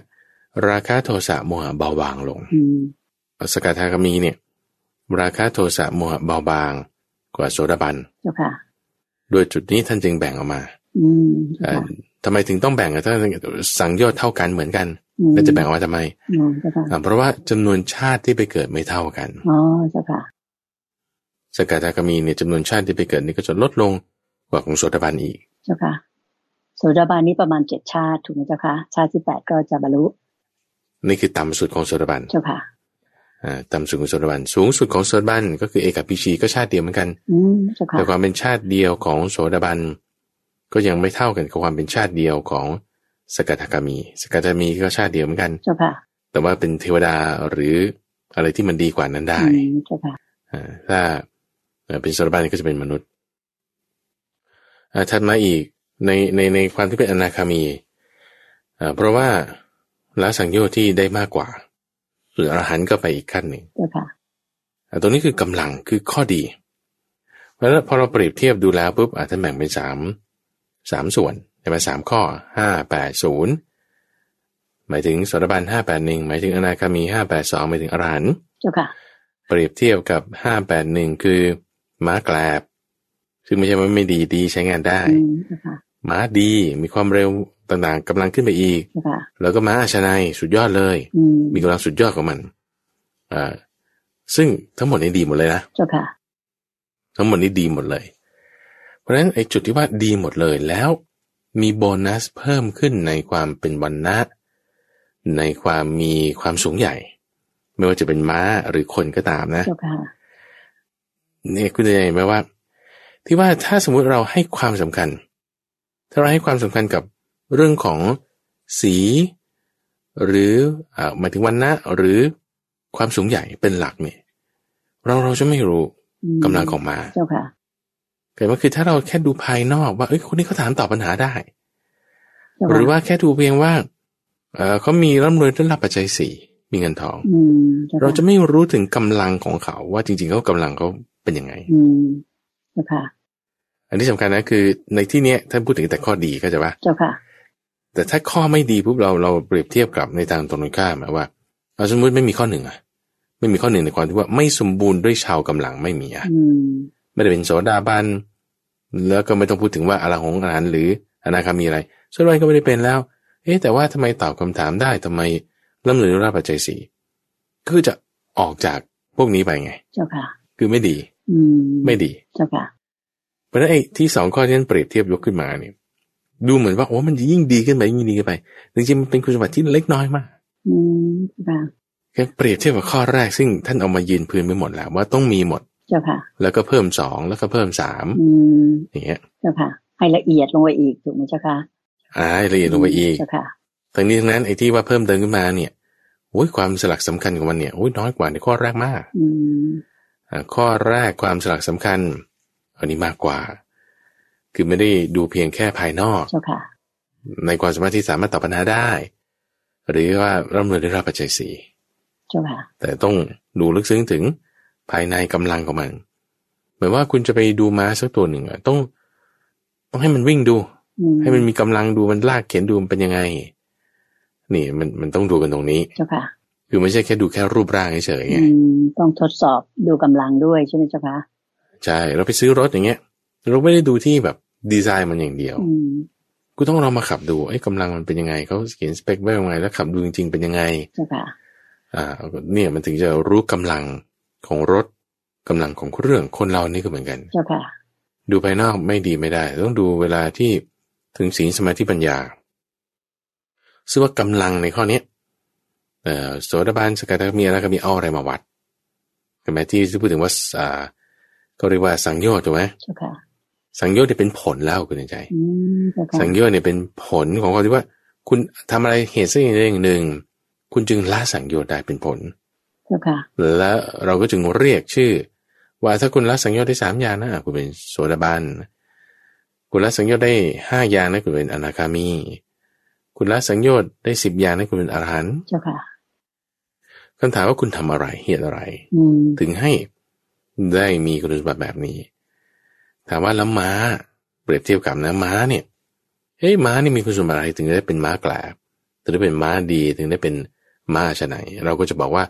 ราคะโทสะโมหะเบาบางลง อืม สกทาคามีเนี่ยราคะโทสะโมหะเบาบางกว่าโสดาบัน เจ้าค่ะ โดยจุดนี้ท่านจึงแบ่งออกมา อืม เอ่ เจ้าค่ะอทำไมถึงต้องแบ่งอะถ้าสังโยชน์เท่ากันเหมือนกัน อืม แล้วจะแบ่งออกมาทำไม อืมเจ้าค่ะ อ่าเพราะว่าจำนวนชาติที่ไปเกิดไม่เท่ากัน อ๋อ เจ้าค่ะ สกทาคามีเนี่ยจำนวนชาติที่ไปเกิดนี่ก็จะลดลงกว่าของโสดาบันอีก เจ้าค่ะ โสดาบันนี้ประมาณเจ็ดชาติถูกไหมเจ้าค่ะ ชาติที่แปดก็จะบรรลุ นี่คือต่ำสุดของโสดาบัน เจ้าค่ะ อ่าต่ำสุดของโสดาบันสูงสุดของโสดาบันก็คือเอกปิชีก็ชาติเดียวเหมือนกัน อืมเจ้าค่ะ แต่ความเป็นชาติเดียวของโสดาบันก็ยังไม่เท่ากันกับความเป็นชาติเดียวของสกทาคามี สกทาคามีก็ชาติเดียวเหมือนกัน เจ้าค่ะ แต่ว่าเป็นเทวดาหรืออะไรที่มันดีกว่านั้นได้ อืมเจ้าค่ะ อ่าถ้าเอ่อเป็นโสดาบันก็จะเป็นมนุษย์อ่าถัดมาอีกในในในความที่เป็นอนาคามีอ่าเพราะว่าละสังโยชน์ที่ได้มากกว่าหรืออรหันต์ก็ไปอีกขั้นหนึ่ง เจ้าค่ะ อ่ะตรงนี้คือกำลังคือข้อดี เพราะฉะนั้นพอเราเปรียบเทียบดูแล้วปุ๊บอ่ะท่านแบ่งเป็นสามสามส่วนใช่ไหมสามข้อห้าแปดศูนย์หมายถึงโสดาบันห้าแปดหนึ่งหมายถึงอนาคามีห้าแปดสองหมายถึงอรหันต์ เจ้าค่ะ เปรียบเทียบกับห้าแปดหนึ่งคือม้าแกลบ ซึ่งไม่ใช่ว่าไม่ดีดีใช้งานได้ อืมเจ้าค่ะ ม้าดีมีความเร็วต่างๆกำลังขึ้นไปอีก เจ้าค่ะ แล้วก็ม้าอาชนายสุดยอดเลย อืม มีกำลังสุดยอดของมันอ่าซึ่งทั้งหมดนี้ดีหมดเลยนะ เจ้าค่ะ ทั้งหมดนี้ดีหมดเลย เพราะฉะนั้นไอ้จุดที่ว่าดีหมดเลยแล้วมีโบนัสเพิ่มขึ้นในความเป็นวันนะในความมีความสูงใหญ่ ไม่ว่าจะเป็นม้าหรือคนก็ตามนะ เจ้าค่ะ เนี่ยคุณจะเห็นไหมว่า ที่ว่าถ้าสมมุติเราให้ความสำคัญ ถ้าเราให้ความสำคัญกับเรื่องของสี หรืออ่าหมายถึงวันนะหรือความสูงใหญ่เป็นหลักเนี่ยเราเราจะไม่รู้ อืม กำลังของม้า เจ้าค่ะ เกิดมันคือถ้าเราแค่ดูภายนอกว่าเอ้ยคนนี้เขาถามตอบปัญหาได้ เจ้ค่ะ หรือว่าแค่ดูเพียงว่าเออเขามีร่ำรวยด้วยรับปัจจัยสี่มีเงินทอง อืมเจ้าค่ เราจะไม่รู้ถึงกำลังของเขาว่าจริงๆเขากำลังเขาเป็นยังไง อืมเจ้าค่ะ อันที่สำคัญนะคือในที่เนี้ยท่านพูดถึงแต่ข้อดีก็จะว่าใจปะ เจ้าค่ะ แต่ถ้าข้อไม่ดีปุ๊บเราเราเปรียบเทียบกับในทางตรงกันข้ามอะว่าเอาสมมติไม่มีข้อหนึ่งอะไม่มีข้อหนึ่งในความที่ว่าไม่สมบูรณ์ด้วยชาวกำลังไม่มีอะ อืม ไม่ได้เป็นโสดาบัน แล้วก็ไม่ต้องพูดถึงว่าอรหงอรหันต์หรืออนาคามีอะไรโสดาบันก็ไม่ได้เป็นแล้ว เอ๊ะแต่ว่าทำไมตอบคำถามได้ทำไมล่ำลือรับปัจจัยสี่ก็คือจะออกจากพวกนี้ไปไง เจ้าค่ะ คือไม่ดี อืม ไม่ดี เจ้าค่ะ เพราะฉะนั้นไอ้ที่สองข้อที่นั้นเปรียบเทียบยกขึ้นมาเนี่ยดูเหมือนว่าโอ้มันจะยิ่งดีขึ้นไปยิ่งดีขึ้นไปจริงๆมันเป็นคุณสมบัติที่เล็กน้อยมาก อืมเจ้าค่ะ แค่เปรียบเทียบกับข้อแรกซึ่งท่านเอามายืนพื้นไปหมดแล้ว ว่าต้องมีหมด เจ้าค่ะ แล้วก็เพิ่มสองแล้วก็เพิ่มสาม อืม อย่างเงี้ย เจ้าค่ะ ให้ละเอียดลงไปอีกถูกไหมเจ้าค่ะ อ่าละเอียดลงไปอีก เจ้าค่ะ ทั้งนี้ทั้งนั้นไอ้ที่ว่าเพิ่มเติมขึ้นมาเนี่ยโอ้ยความสลักสำคัญของมันเนี่ยโอ้ยน้อยกว่าในข้อแรกมาก อืม อ่าข้อแรกความสลักสำคัญอันนี้มากกว่า คือไม่ได้ดูเพียงแค่ภายนอก เจ้าค่ะ ในความสามารถที่สามารถตอบปัญหาได้ หรือว่าร่ำรวยได้รับปัจจัยสี เจ้าค่ะ แต่ต้องดูลึกซึ้งถึงภายในกำลังของมันเหมือนว่าคุณจะไปดูม้าสักตัวหนึ่งอะต้อง ต้องให้มันวิ่งดู อืม ให้มันมีกำลังดูมันลากเข็นดูมันเป็นยังไง นี่มันมันต้องดูกันตรงนี้ เจ้าค่ะ คือไม่ใช่แค่ดูแค่รูปร่างเฉยๆไง อืม ต้องทดสอบดูกำลังด้วยใช่ไหมเจ้าค่ะ ใช่เราไปซื้อรถอย่างเงี้ย เราไม่ได้ดูที่แบบดีไซน์มันอย่างเดียว อืม กูต้องลองมาขับดูไอ้ยกำลังมันเป็นยังไงเขาเขียนสเปคไว้ยังไงแล้วขับดูจริงๆเป็นยังไง เจ้าค่ะ อ่าเนี่ยมันถึงจะรู้กำลังของรถกำลังของเครื่องคนเรานี่ก็เหมือนกัน เจ้าค่ะ ดูภายนอกไม่ดีไม่ได้ ต้องดูเวลาที่ถึงศีลสมาธิปัญญาซึ่งว่ากำลังในข้อเนี้ยเอ่อโสดาบันสกทาคามีอนาคามีเอาอะไรมาวัดเห็นไหมที่ที่พูดถึงว่าอ่าก็เรียกว่าสังโยชน์ถูกไหม เจ้าค่ะ สังโยชน์เนี่ยเป็นผลแล้วคุณใจ อืม เจ้าค่ะ สังโยชน์เนี่ยเป็นผลของความที่ว่า คุณทำอะไรเหตุสักอย่างใดอย่างหนึ่ง คุณจึงละสังโยชน์ได้เป็นผล เจ้าค่ะ และเราก็จึงเรียกชื่อ ว่าถ้าคุณละสังโยชน์ได้สามอย่างนะอ่ะคุณเป็นโสดาบันคุณละสังโยชน์ได้ห้าอย่างนะคุณเป็นอนาคามี คุณละสังโยชน์ได้สิบอย่างนะคุณเป็นอรหันต์ เจ้าค่ะ คำถามว่าคุณทำอะไรเหตุอะไร อืม ถึงให้ได้มีคุณสมบัติแบบนี้ ถามว่าแล้วม้าเปรียบเทียบกับนะม้าเนี่ยเฮ้ยม้านี่มีคุณสมบัติอะไรถึงได้เป็นม้าแกลบ ถึงได้เป็นม้าดีถึงได้เป็นม้าชนไหน เราก็จะบอกว่า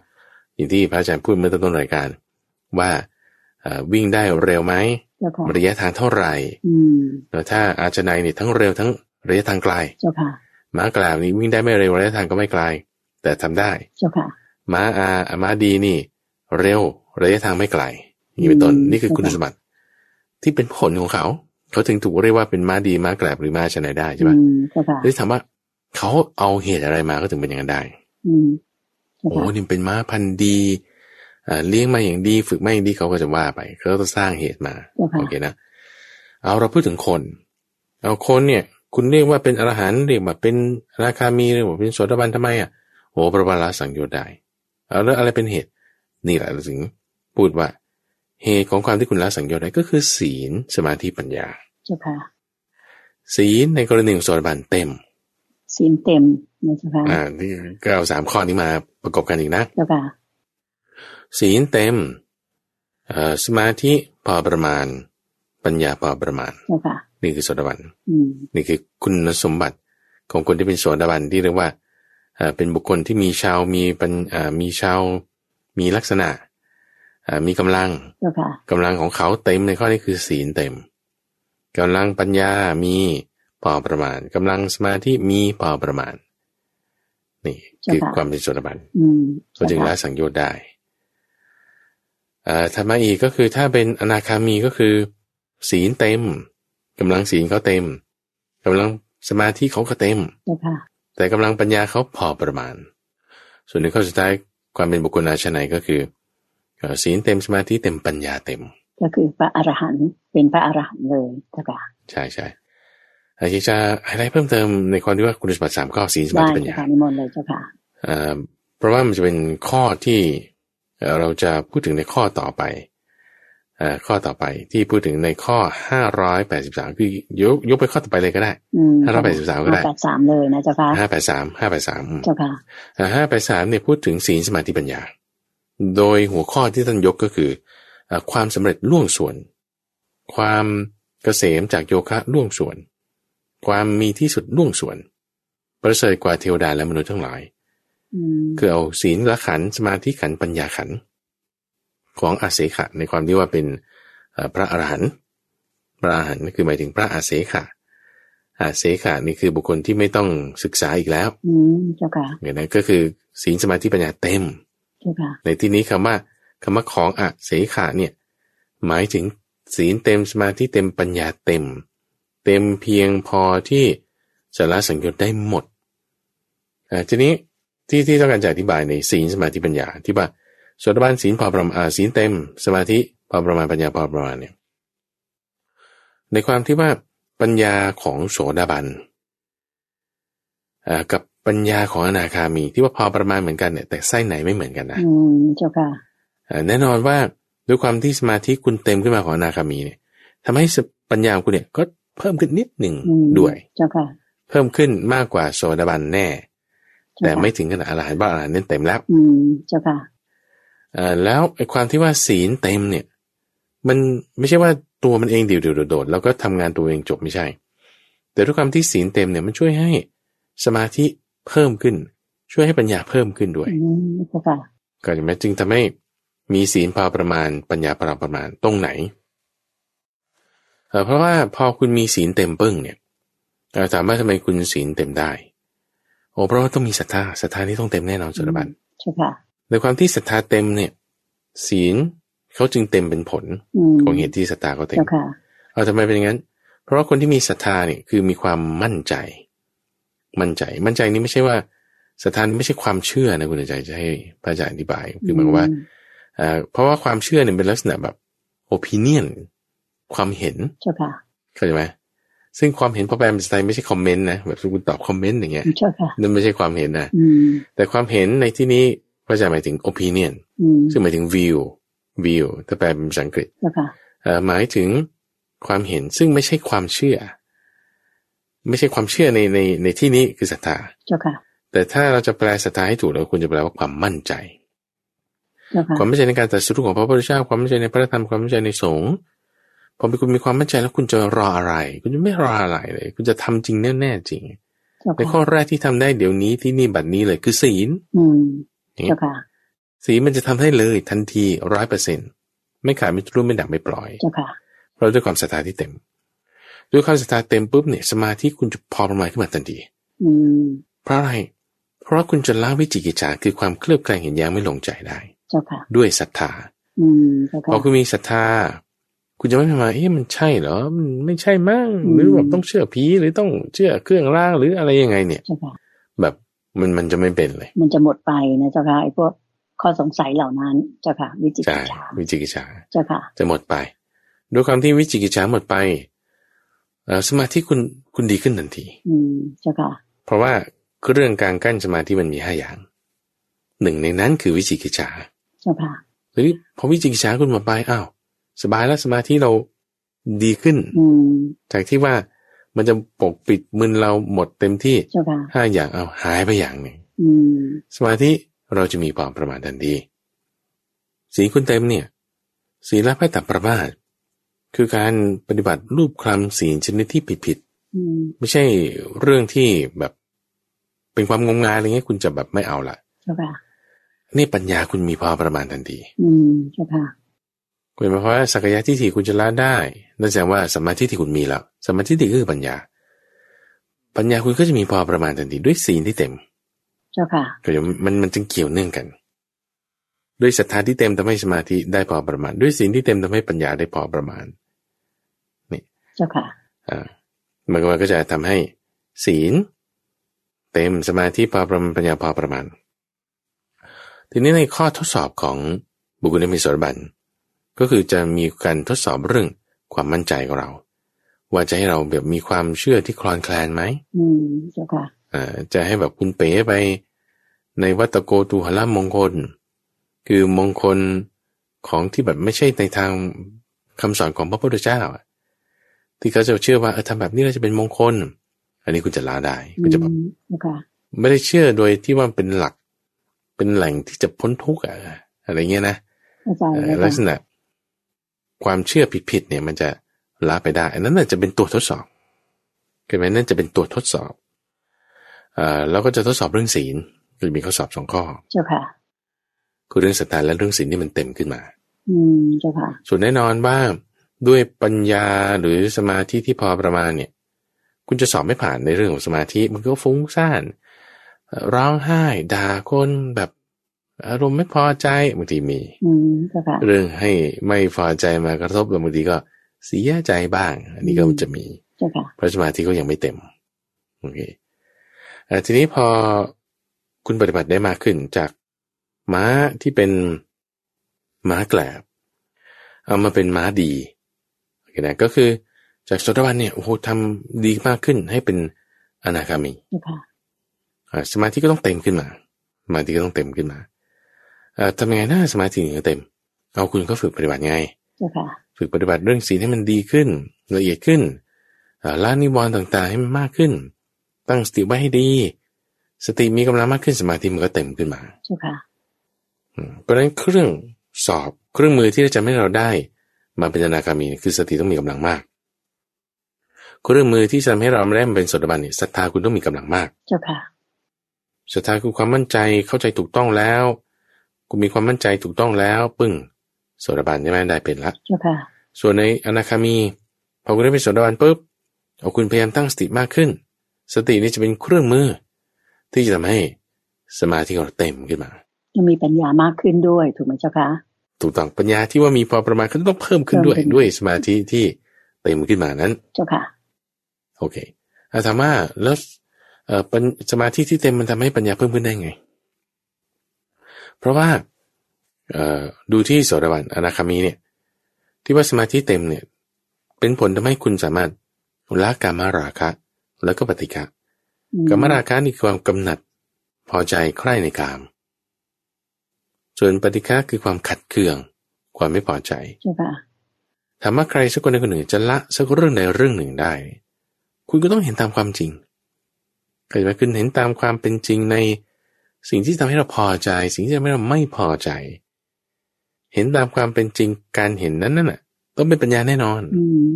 อย่างที่พระอาจารย์พูดเมื่อต้นรายการ ว่าเอ่อวิ่งได้เร็วไหม เจ้าค่ะ ระยะทางเท่าไหร่ อืม แล้วถ้าอาชนายเนี่ยทั้งเร็วทั้งระยะทางไกล เจ้าค่ะ ม้ากล่าวนี่วิ่งได้ไม่เร็วระยะทางก็ไม่ไกล แต่ทำได้ เจ้าค่ะ ม้าอาม้าดีนี่ เร็วระยะทางไม่ไกลนี่เป็นต้น อืม นี่คือคุณสมบัติ ที่เป็นผลของเขา เขาถึงถูกเรียกว่าเป็นม้าดีม้ากลาบหรือม้าชนะได้ใช่ไหม อืมเจ้าค่ะ หรือถามว่าเขาเอาเหตุอะไรมาก็ถึงเป็นอย่างนั้นได้ อืมเจ้า โอ้ ค่ะ นี่เป็นม้าพันธุ์ดีอ่าเลี้ยงมาอย่างดีฝึกมาอย่างดีเขาก็จะว่าไปเขาต้องสร้างเหตุมา เจ้าค่ะ โอเคนะ เอาเราพูดถึงคน เอาคนเนี่ย คุณเรียกว่าเป็นอรหันต์เรียกว่าเป็นอนาคามีเรียกว่าเป็นโสดาบันทำไมอ่ะโอ้พระบาลาสังโยชน์ได้เอาแล้วอะไรเป็นเหตุ นี่แหละเราถึงพูดว่า เหตุของความที่คุณละสังโยชน์ได้ก็คือ ศีลสมาธิปัญญา เจ้าค่ะ ศีลในกรณีของโสดาบันเต็ม ศีลเต็มนะเจ้าค่ะ อ่านี่ก็เอาสามข้อนี้มาประกอบกันอีกนะ เจ้าค่ะ ศีลเต็มเอ่อสมาธิพอประมาณ ปัญญาพอประมาณ เจ้าค่ะ นี่คือโสดาบัน อืม นี่คือคุณสมบัติของคนที่เป็นโสดาบันที่เรียกว่าเอ่อเป็นบุคคลที่มีชาวมีปัญเอ่อมีชาวมีลักษณะเอ่อมีกำลัง เจ้าค่ะ กำลังของเขาเต็มในข้อนี้คือศีลเต็มกำลังปัญญามีพอประมาณกำลังสมาธิมีพอประมาณ นี่คือ เจ้าค่ะ ความเป็นโสดาบัน อืม ก็จึงละสังโยชน์ได้เอ่อธรรมะอีกก็คือถ้าเป็นอนาคามีก็คือ ศีลเต็มกำลังศีลเขาเต็มกำลังสมาธิเขาก็เต็ม เจ้าค่ะ แต่กำลังปัญญาเขาพอประมาณ ส่วนในข้อสุดท้ายความเป็นบุคคลอาชนัยก็คือเอ่อศีลเต็มสมาธิเต็มปัญญาเต็ม ก็คือพระอรหันต์เป็นพระอรหันต์เลยเจ้าค่ะ ใช่ใช่เอ่ออยากจะอะไรเพิ่มเติมในความที่ว่าคุณสมบัติสามข้อศีลสมา ได้ ธิปัญ เจ้า ญา ค่ะนิมนต์เลยเจ้าค่ะ เอ่อเพราะว่ามันจะเป็นข้อที่เอ่อเราจะพูดถึงในข้อต่อไปเอ่อข้อต่อไปที่พูดถึงในข้อ 583 คือยกยกไปข้อต่อไปเลยก็ได้ อืม ห้าร้อยแปดสิบสามก็ได้ ห้ร้อยแปดสิบสามเลยนะเจ้าค่ะ 583 583อืม เจ้าค่ะ เอ่อ583เนี่ยพูดถึงศีลสมาธิปัญญา โดยหัวข้อที่ท่านยกก็คือเอ่อความสำเร็จล่วงส่วน ความเกษมจากโยคะล่วงส่วน ความมีที่สุดล่วงส่วน ประเสริฐกว่าเทวดาและมนุษย์ทั้งหลาย อืม คือเอาศีลละขันธ์สมาธิขันธ์ปัญญาขันธ์ของอาเสขะในความที่ว่าเป็นเอ่อพระอรหันต์พระอรหันต์ก็คือหมายถึงพระอาเสขะอาเสขะนี่คือบุคคลที่ไม่ต้องศึกษาอีกแล้ว อืมเจ้าค่ะ เนี่ยนะก็คือศีลสมาธิปัญญาเต็ม เจ้าค่ะ ในที่นี้คำว่าคำว่าของอาเสขะเนี่ยหมายถึงศีลเต็มสมาธิเต็มปัญญาเต็ม เต็มเพียงพอที่จะละสังโยชน์ได้หมดอ่าทีนี้ที่ที่ต้องการจะอธิบายในศีลสมาธิปัญญาที่ว่าโสดาบันศีลพอประมาณอ่าศีลเต็มสมาธิพอประมาณปัญญาพอประมาณเนี่ยในความที่ว่าปัญญาของโสดาบันอ่ากับปัญญาของอนาคามีที่ว่าพอประมาณเหมือนกันเนี่ยแต่ไส้ไหนไม่เหมือนกันนะ อืมเจ้าค่ะ เอ่อแน่นอนว่าด้วยความที่สมาธิคุณเต็มขึ้นมาของอนาคามีเนี่ยทำให้สปัญญาของคุณเนี่ยก็เพิ่มขึ้นนิดหนึ่ง อืม ด้วย เจ้าค่ะ เพิ่มขึ้นมากกว่าโซดาบันแน่ เจ้าค่ะ แต่ไม่ถึงขนาดอรหันต์บ้าะอรหันต์เนี่ยเต็มแล้ว อืมเจ้าค่ะ เอ่อแล้วไอ้ความที่ว่าศีลเต็มเนี่ย มันไม่ใช่ว่าตัวมันเองเดี่ยวๆโดดๆแล้วก็ทำงานตัวเองจบไม่ใช่ แต่ด้วยความที่ศีลเต็มเนี่ยมันช่วยให้สมาธิเพิ่มขึ้น ช่วยให้ปัญญาเพิ่มขึ้นด้วย อืมเจ้าค่ะ ก็ใช่ไหมจึงทำให้มีศีลพอประมาณปัญญาพอประมาณตรงไหนเอ่อเพราะว่าพอคุณมีศีลเต็มปึ้งเนี่ยเอ่อถามว่าทำไมคุณศีลเต็มได้โอ้เพราะว่าต้องมีศรัทธาศรัทธานี่ต้องเต็มแน่นอนสุดบัน เจ้าค่ะ ในความที่ศรัทธาเต็มเนี่ย ศีลเขาจึงเต็มเป็นผล อืม ของเหตุที่ศรัทธาเขาเต็ม เจ้าค่ะ เอาทำไมเป็นอย่างนั้น เพราะว่าคนที่มีศรัทธาเนี่ยคือมีความมั่นใจ มั่นใจ มั่นใจนี่ไม่ใช่ว่าศรัทธานี่ไม่ใช่ความเชื่อนะคุณอาจารย์จะให้พระอาจารย์อธิบาย คือหมายความว่าเอ่อเพราะว่าความเชื่อเนี่ยเป็นลักษณะแบบ opinion ความเห็น เจ้าค่ะ เข้าใจไหมซึ่งความเห็นพอแปลเป็นสไตล์ไม่ใช่คอมเมนต์นะแบบสมมติคุณตอบคอมเมนต์อย่างเงี้ย เจ้าค่ะ นั่นไม่ใช่ความเห็นนะ อืม แต่ความเห็นในที่นี้พระอาจารย์หมายถึง opinion อืม ซึ่งหมายถึง view view ถ้าแปลเป็นภาษาอังกฤษ เจ้าค่ะ เอ่อหมายถึงความเห็นซึ่งไม่ใช่ความเชื่อ ไม่ใช่ความเชื่อในในในที่นี้คือศรัทธา เจ้าค่ะ แต่ถ้าเราจะแปลศรัทธาให้ถูกเราควรจะแปลว่าความมั่นใจ เจ้าค่ะ ความมั่นใจในการตรัดสู้ของพระพุทธเจ้าความมั่นใจในพระธรรมความมั่นใจในสงฆ์พอคุณมีความมั่นใจแล้วคุณจะรออะไร คุณจะไม่รออะไรเลย คุณจะทำจริงแน่ๆจริง ในข้อแรกที่ทำได้เดี๋ยวนี้ที่นี่บัดนี้เลยคือศีล อืม นี่ เจ้าค่ะ ศีลมันจะทำให้เลยทันทีร้อยเปอร์เซ็นไม่ขาดไม่รุ่มไม่ดับไม่ปล่อย เจ้าค่ะ เราด้วยความศรัทธาที่เต็ม ด้วยความศรัทธาเต็มปุ๊บเนี่ยสมาธิคุณจะพอประมาณขึ้นมาทันที อืม เพราะอะไร เพราะคุณจะละวิจิกิจฉาคือความเคลือบแคลงเห็นแย้งไม่ลงใจได้ เจ้าค่ะ ด้วยศรัทธา อืมเจ้า พ ค่ะ อคุณมีศรัทธา คุณจะไม่มาเอ๊ะมันใช่เหรอมันไม่ใช่มั้งหรือ อืม แบบต้องเชื่อผีหรือต้องเชื่อเครื่องรางหรืออะไรยังไงเนี่ย เจ้าค่ะ แบบมันมันจะไม่เป็นเลย มันจะหมดไปนะเจ้าค่ะไอ้พวกข้อสงสัยเหล่านั้น เจ้าค่ะ วิจิต ใช่ รฉา วิจิกิจฉา เจ้าค่ะ จะหมดไป ด้วยความที่วิจิกิจฉาหมดไปเอ่อสมาธิคุณคุณดีขึ้นทันที อืมเจ้าค่ะ เพราะว่าเรื่องการกั้นสมาธิมันมีห้าอย่าง หนึ่งในนั้นคือวิจิกิจฉา เจ้าค่ะ หรือพอวิจิกิจฉาคุณหมดไปอ้าวสบายแล้วสมาธิเราดีขึ้น อืม จากที่ว่ามันจะปกปิดมึนเราหมดเต็มที่ เจ้าค่ะ ห้าอย่างเอาหายไปอย่างหนึ่ง อืม สมาธิเราจะมีความประมาททันทีสีลคุณเต็มเนี่ย ศีลพัตตประมาทคือการปฏิบัติรูปคลำศีลชนิดที่ผิดผิด อืม ๆไม่ใช่เรื่องที่แบบเป็นความงมงายอะไรเงี้ยคุณจะแบบไม่เอาละ เจ้าค่ะ นี่ปัญญาคุณมีความประมาณทันที อืมเจ้าค่ะ คุณหมายความว่าสักยะทิฏฐิคุณจะละได้นั่นแสดงว่าสมมาธิที่คุณมีแล้วสมมาธิที่คือปัญญา ปัญญาคุณก็จะมีความประมาณทันทีด้วยศีลที่เต็ม เจ้าค่ะ ก็จะมันมันจึงเกี่ยวเนื่องกัน ด้วยศรัทธาที่เต็มทำให้สมาธิได้พอประมาณ ด้วยศีลที่เต็มทำให้ปัญญาได้พอประมาณ เจ้าค่ะ อ่ามันก็มันก็จะทำให้ศีล เต็มสมาธิพอประมาณปัญญาพอประมาณ ทีนี้ในข้อทดสอบของบุคคลในมีโสดาบันก็คือจะมีการทดสอบเรื่องความมั่นใจของเรา ว่าจะให้เราแบบมีความเชื่อที่คลอนแคลนไหม อืมเจ้าค่ะ อ่าจะให้แบบคุณเป๋ไปในวัตตะโกตูหละมงคล คือมงคลของที่แบบไม่ใช่ในทางคำสอนของพระพุทธเจ้าอะที่เขาจะเชื่อว่าเออทำแบบนี้เราจะเป็นมงคล อันนี้คุณจะลาได้ อื คุณจะ ม แบบ เจ้าค่ะ ไม่ได้เชื่อโดยที่ว่าเป็นหลัก เป็นแหล่งที่จะพ้นทุกข์อะอะไรเงี้ยนะ เข้าใจ เอ่อ เจ้า ลักษ ค่ะ ณะความเชื่อผิดๆเนี่ยมันจะลาไปได้ อันนั้นน่ะจะเป็นตัวทดสอบเข้าใจไหมนั่นจะเป็นตัวทดสอบ เอ่อแล้วก็จะทดสอบเรื่องศีลคือมีข้อสอบสองข้อ เจ้าค่ะ คือเรื่องศรัทธาและเรื่องศีลที่มันเต็มขึ้นมา อืมเจ้าค่ะ ส่วนแน่นอนว่าด้วยปัญญาหรือสมาธิที่พอประมาณเนี่ย คุณจะสอบไม่ผ่านในเรื่องของสมาธิมันก็ฟุ้งซ่านเอ่อร้องไห้ด่าคนแบบอารมณ์ไม่พอใจบางทีมี อืมเจ้าค่ะ เรื่องให้ไม่พอใจมากระทบแล้วบางทีก็เสียใจบ้าง อันนี้ก็ อืม จะมี เจ้าค่ะ พระสมาธิก็ยังไม่เต็มโอเคเอ่อทีนี้พอคุณปฏิบัติได้มากขึ้นจากม้าที่เป็นม้าแกลบ เอามาเป็นม้าดีโอเคนะก็คือจากโสดาบันเนี่ยโอ้โหทำดีมากขึ้นให้เป็นอนาคามี เจ้าค่ะ อ่าสมาธิก็ต้องเต็มขึ้นมาสมาธิก็ต้องเต็มขึ้นมาเอ่อทำยังไงนะสมาธิถึงจะเต็ม เอาคุณก็ฝึกปฏิบัติไง เจ้าค่ะ ฝึกปฏิบัติเรื่องศีลให้มันดีขึ้น ละเอียดขึ้นเอ่อละนิวรณ์ต่างๆให้มันมากขึ้น ตั้งสติไว้ให้ดี สติมีกำลังมากขึ้นสมาธิมันก็เต็มขึ้นมา เจ้าค่ะ อืมเพราะฉะนั้นเครื่องสอบเครื่องมือที่จะทำให้เราได้ มาเป็นอนาคามีคือสติต้องมีกำลังมาก เครื่องมือที่จะทำให้เราได้มาเป็นโสดาบันเนี่ยศรัทธาคุณต้องมีกำลังมาก เจ้าค่ะ ศรัทธาคือความมั่นใจเข้าใจถูกต้องแล้วคุณมีความมั่นใจถูกต้องแล้ว ปึ้งโสดาบันใช่ไหมได้เป็นละ เจ้าค่ะ ส่วนในอนาคามี พอคุณได้เป็นโสดาบันปุ๊บเอาคุณพยายามตั้งสติมากขึ้น สตินี่จะเป็นเครื่องมือ ที่จะทำให้สมาธิของเราเต็มขึ้นมา จะมีปัญญามากขึ้นด้วยถูกไหมเจ้าค่ะ ถูกต้องปัญญาที่ว่ามีพอประมาณก็ต้องเพิ่มขึ้นด้วย เพิ่มขึ้น ด้วยสมาธิที่เต็มขึ้นมานั้น เจ้าค่ะ โอเคอาถามว่าแล้วเอ่อปัญสมาธิที่เต็มมันทำให้ปัญญาเพิ่มขึ้นได้ไง เพราะว่าเอ่อดูที่โสดาบันอนาคามีเนี่ย ที่ว่าสมาธิเต็มเนี่ย เป็นผลทำให้คุณสามารถละกามราคะ แล้วก็ปฏิฆะ อืม กามราคะนี่คือความกำหนัด พอใจใคร่ในกาม ส่วนปฏิฆะคือความขัดเคือง ความไม่พอใจ เจ้าค่ะ ถามว่าใครสักคนใดคนหนึ่งจะละสักเรื่องใดเรื่องหนึ่งได้ คุณก็ต้องเห็นตามความจริงเข้าใจไหมคุณเห็นตามความเป็นจริงในสิ่งที่ทำให้เราพอใจ สิ่งที่ทำให้เราไม่พอใจ เห็นตามความเป็นจริงการเห็นนั้นนั่นน่ะ ต้องเป็นปัญญาแน่นอน อืม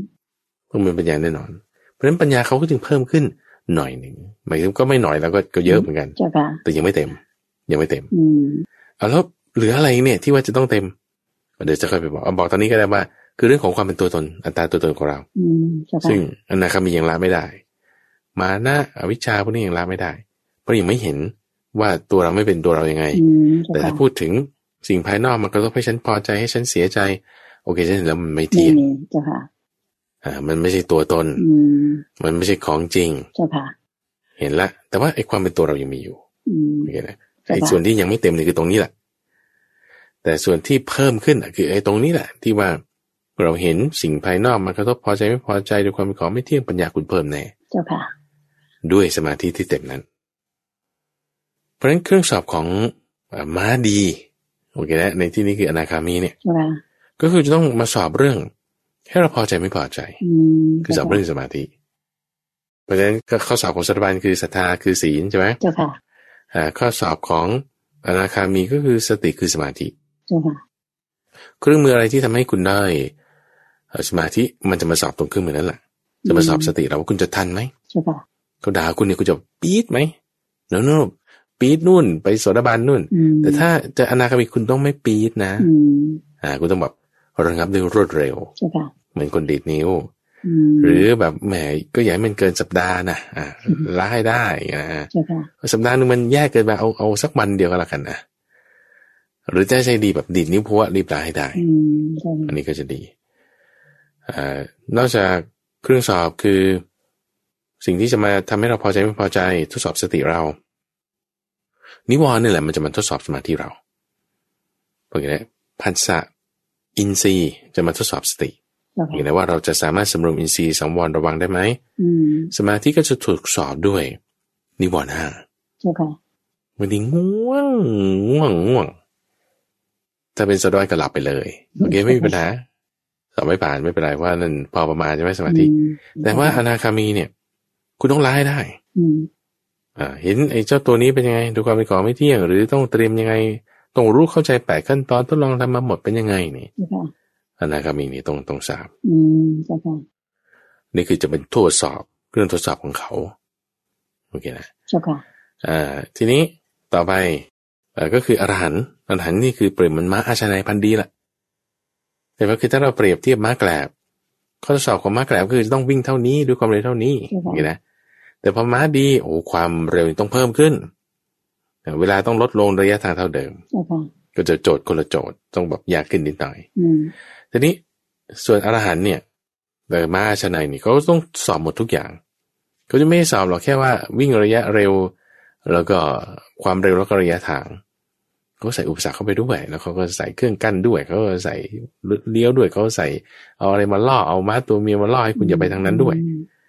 ต้องเป็นปัญญาแน่นอน เพราะฉะนั้นปัญญาเขาก็จึงเพิ่มขึ้น หน่อยหนึ่งหมายถึงก็ไม่หน่อยแล้วก็ก็เยอะเหมือนกัน เจ้าค่ะ แต่ยังไม่เต็ม ยังไม่เต็ม อืม เอาแล้วเหลืออะไรเนี่ยที่ว่าจะต้องเต็ม เดี๋ยวจะค่อยไปบอกเอาบอกตอนนี้ก็ได้ว่า คือเรื่องของความเป็นตัวตนอัตตาตัวตนของเรา อืมเจ้าค่ะ ซึ่งอนาคามียังละไม่ได้ มานะอวิชชาพวกนี้ยังละไม่ได้ เพราะยังไม่เห็นว่าตัวเราไม่เป็นตัวเรายังไง อืมเจ้า แต่ ค่ะ ถ้าพูดถึงสิ่งภายนอกมันกระทบให้ฉันพอใจให้ฉันเสียใจ โอเคฉันเห็นแล้วมันไม่ ไม่ เที่ยง มีเจ้าค่ะ อ่ามันไม่ใช่ตัวตน อืม มันไม่ใช่ของจริง เจ้าค่ะ เห็นละ แต่ว่าไอ้ความเป็นตัวเรายังมีอยู่ อืม โอเคนะ ใช่ค่ะ ไอ้ส่วนที่ยังไม่เต็มเนี่ยคือตรงนี้แหละ แต่ส่วนที่เพิ่มขึ้นอะคือไอ้ตรงนี้แหละ ที่ว่าเราเห็นสิ่งภายนอกมันกระทบพอใจไม่พอใจด้วยความเป็นของไม่เที่ยงปัญญาคุณเพิ่มแน่ เจ้าค่ะ ด้วยสมาธิที่เต็มนั้น เพราะฉะนั้นเครื่องสอบของเอ่อม้าดีโอเคนะในที่นี้คืออนาคามีเนี่ย เจ้าค่ะ ก็คือจะต้องมาสอบเรื่องให้เราพอใจไม่พอใจ อืม คือสอบเรื่องสมาธิ เพราะฉะนั้นก็ข้อสอบของสัตบันคือศรัทธาคือศีลใช่ไหม เจ้าค่ะ อ่าข้อสอบของอนาคามีก็คือสติคือสมาธิ เจ้าค่ะ เครื่องมืออะไรที่ทำให้คุณได้เอ่อสมาธิมันจะมาสอบตรงเครื่องมือนั้นแหละจะมาสอบสติเราว่าคุณจะทันไหม เจ้าค่ะ เขาด่าคุณเนี่ยคุณจะปี๊ดไหมโนโนปี๊ดนู่นไปโสดาบันนู่น อืม แต่ถ้าจะอนาคามีคุณต้องไม่ปี๊ดนะ อืม อ่า คุณต้องแบบระงับด้วยรวดเร็ว เจ้าค่ะ เหมือนคนดีดนิ้ว อืม หรือแบบแหมก็อย่าให้มันเกินสัปดาห์นะอ่าละให้ได้นะ เจ้าค่ะ สัปดาห์นึงมันแยกเกินไปเอาเอาสักวันเดียวก็แล้วกันนะหรือจะใช้ดีแบบดีดนิ้วพรวดรีบลาให้ได้ อืมเจ้า อั ค่ะ นนี้ก็จะดีอานอกจากเครื่องสอบคือ สิ่งที่จะมาทำให้เราพอใจไม่พอใจทดสอบสติเรา นิวรณ์นี่แหละมันจะมาทดสอบสมาธิเราเพราะงั้นพันสะอินทรีย์จะมาทดสอบสติ เจ้า อย่าง ค่ะ ไรว่าเราจะสามารถสำรวมอินทรีย์สังวรระวังได้ไหม อืม สมาธิก็จะถูกสอบด้วย นิวรณ์ห้า เจ้าค่ะ วันนี้ง่วงง่วงง่วงถ้าเป็นสะดอยก็หลับไปเลย โอเคไม่มีปัญหาสอบไม่ผ่านไม่เป็นไรว่านั่นพอประมาณใช่ไหมสมาธิ แต่ว่าอนาคามีเนี่ย คุณต้องร้ายได้ อืม อ่า เห็นไอ้เจ้าตัวนี้เป็นยังไง ดูความเป็นของไม่เที่ยง หรือต้องเตรียมยังไงต้องรู้เข้าใจแปดขั้นตอนทดลองทำมาหมดเป็นยังไงนี่ เจ้าค่ะ อนาคามีนี่ต้องต้องสาม อืมเจ้าค่ะ นี่คือจะเป็นทดสอบเครื่องทดสอบของเขาโอเคนะ เจ้าค่ะ อ่าทีนี้ต่อไปเอ่อก็คืออรหันต์อรหันต์นี่คือเปรียบเหมือนม้าอาชนายพันธุ์ดีแหละแต่ว่าคือถ้าเราเปรียบเทียบม้าแกลบ ข้อทดสอบของม้าแกลบก็คือจะต้องวิ่งเท่านี้ด้วยความเร็วเท่านี้ ใช่ค่ะ อย่างนี้นะแต่พอม้าดีโอ้ความเร็วนี่ต้องเพิ่มขึ้นเอ่อเวลาต้องลดลงระยะทางเท่าเดิม เจ้าค่ะ ก็จะโจทย์คนละโจทย์ต้องแบบยากขึ้นนิดหน่อย อืม ทีนี้ส่วนอรหันต์เนี่ยเออมาชนายนี่เขาต้องสอบหมดทุกอย่างเขาจะไม่ให้สอบหรอกแค่ว่าวิ่งระยะเร็ว แล้วก็ความเร็วแล้วก็ระยะทางเขาใส่อุปสรรคเข้าไปด้วย แล้วเขาก็ใส่เครื่องกั้นด้วยเขาก็ใส่เลี้ยวด้วยเขาใส่เอาอะไรมาล่อเอาม้าตัวเมียมาล่อให้คุณอย่าไปทางนั้นด้วย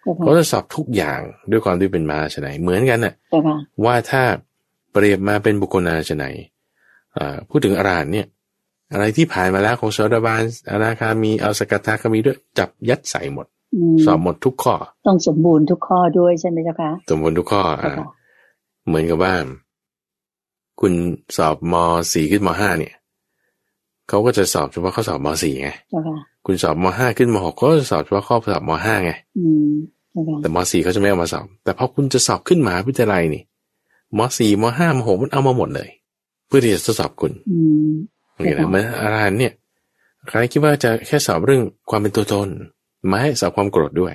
เจ้า เขา ค่ะ จะสอบทุกอย่างด้วยความที่เป็นมาชนายเหมือนกันน่ะ เจ้าค่ะ ว่าถ้าเปรียบมาเป็นบุคคลอาชนัยอ่าพูดถึงอรหันต์เนี่ย อะไรที่ผ่านมาแล้วของโสดาบันอนาคามีเอาสกทาคามีด้วยจับยัดใส่หมด อืม สอบหมดทุกข้อ ต้องสมบูรณ์ทุกข้อด้วยใช่ไหมเจ้าค่ะ สมบูรณ์ทุกข้อ เจ้า อ่า ค่ะ เหมือนกับว่า คุณสอบมสี่ขึ้นมห้าเนี่ยเขาก็จะสอบเฉพาะข้อสอบมสี่ไง เจ้าค่ะ คุณสอบมห้าขึ้นมหกก็จะสอบเฉพาะข้อสอบมห้าไง อืมเจ้าค่ะ แต่มสี่เขาจะไม่เอามาสอบ แต่พอคุณจะสอบขึ้นมหาวิทยาลัยนี่มสี่มห้ามหกมันเอามาหมดเลย เพื่อที่จะทดสอบคุณ อืม โอเค ครั นะ บ เหมื่อนอรหันต์เนี่ยใครคิดว่าจะแค่สอบเรื่องความเป็นตัวตนมาให้สอบความโกรธด้วย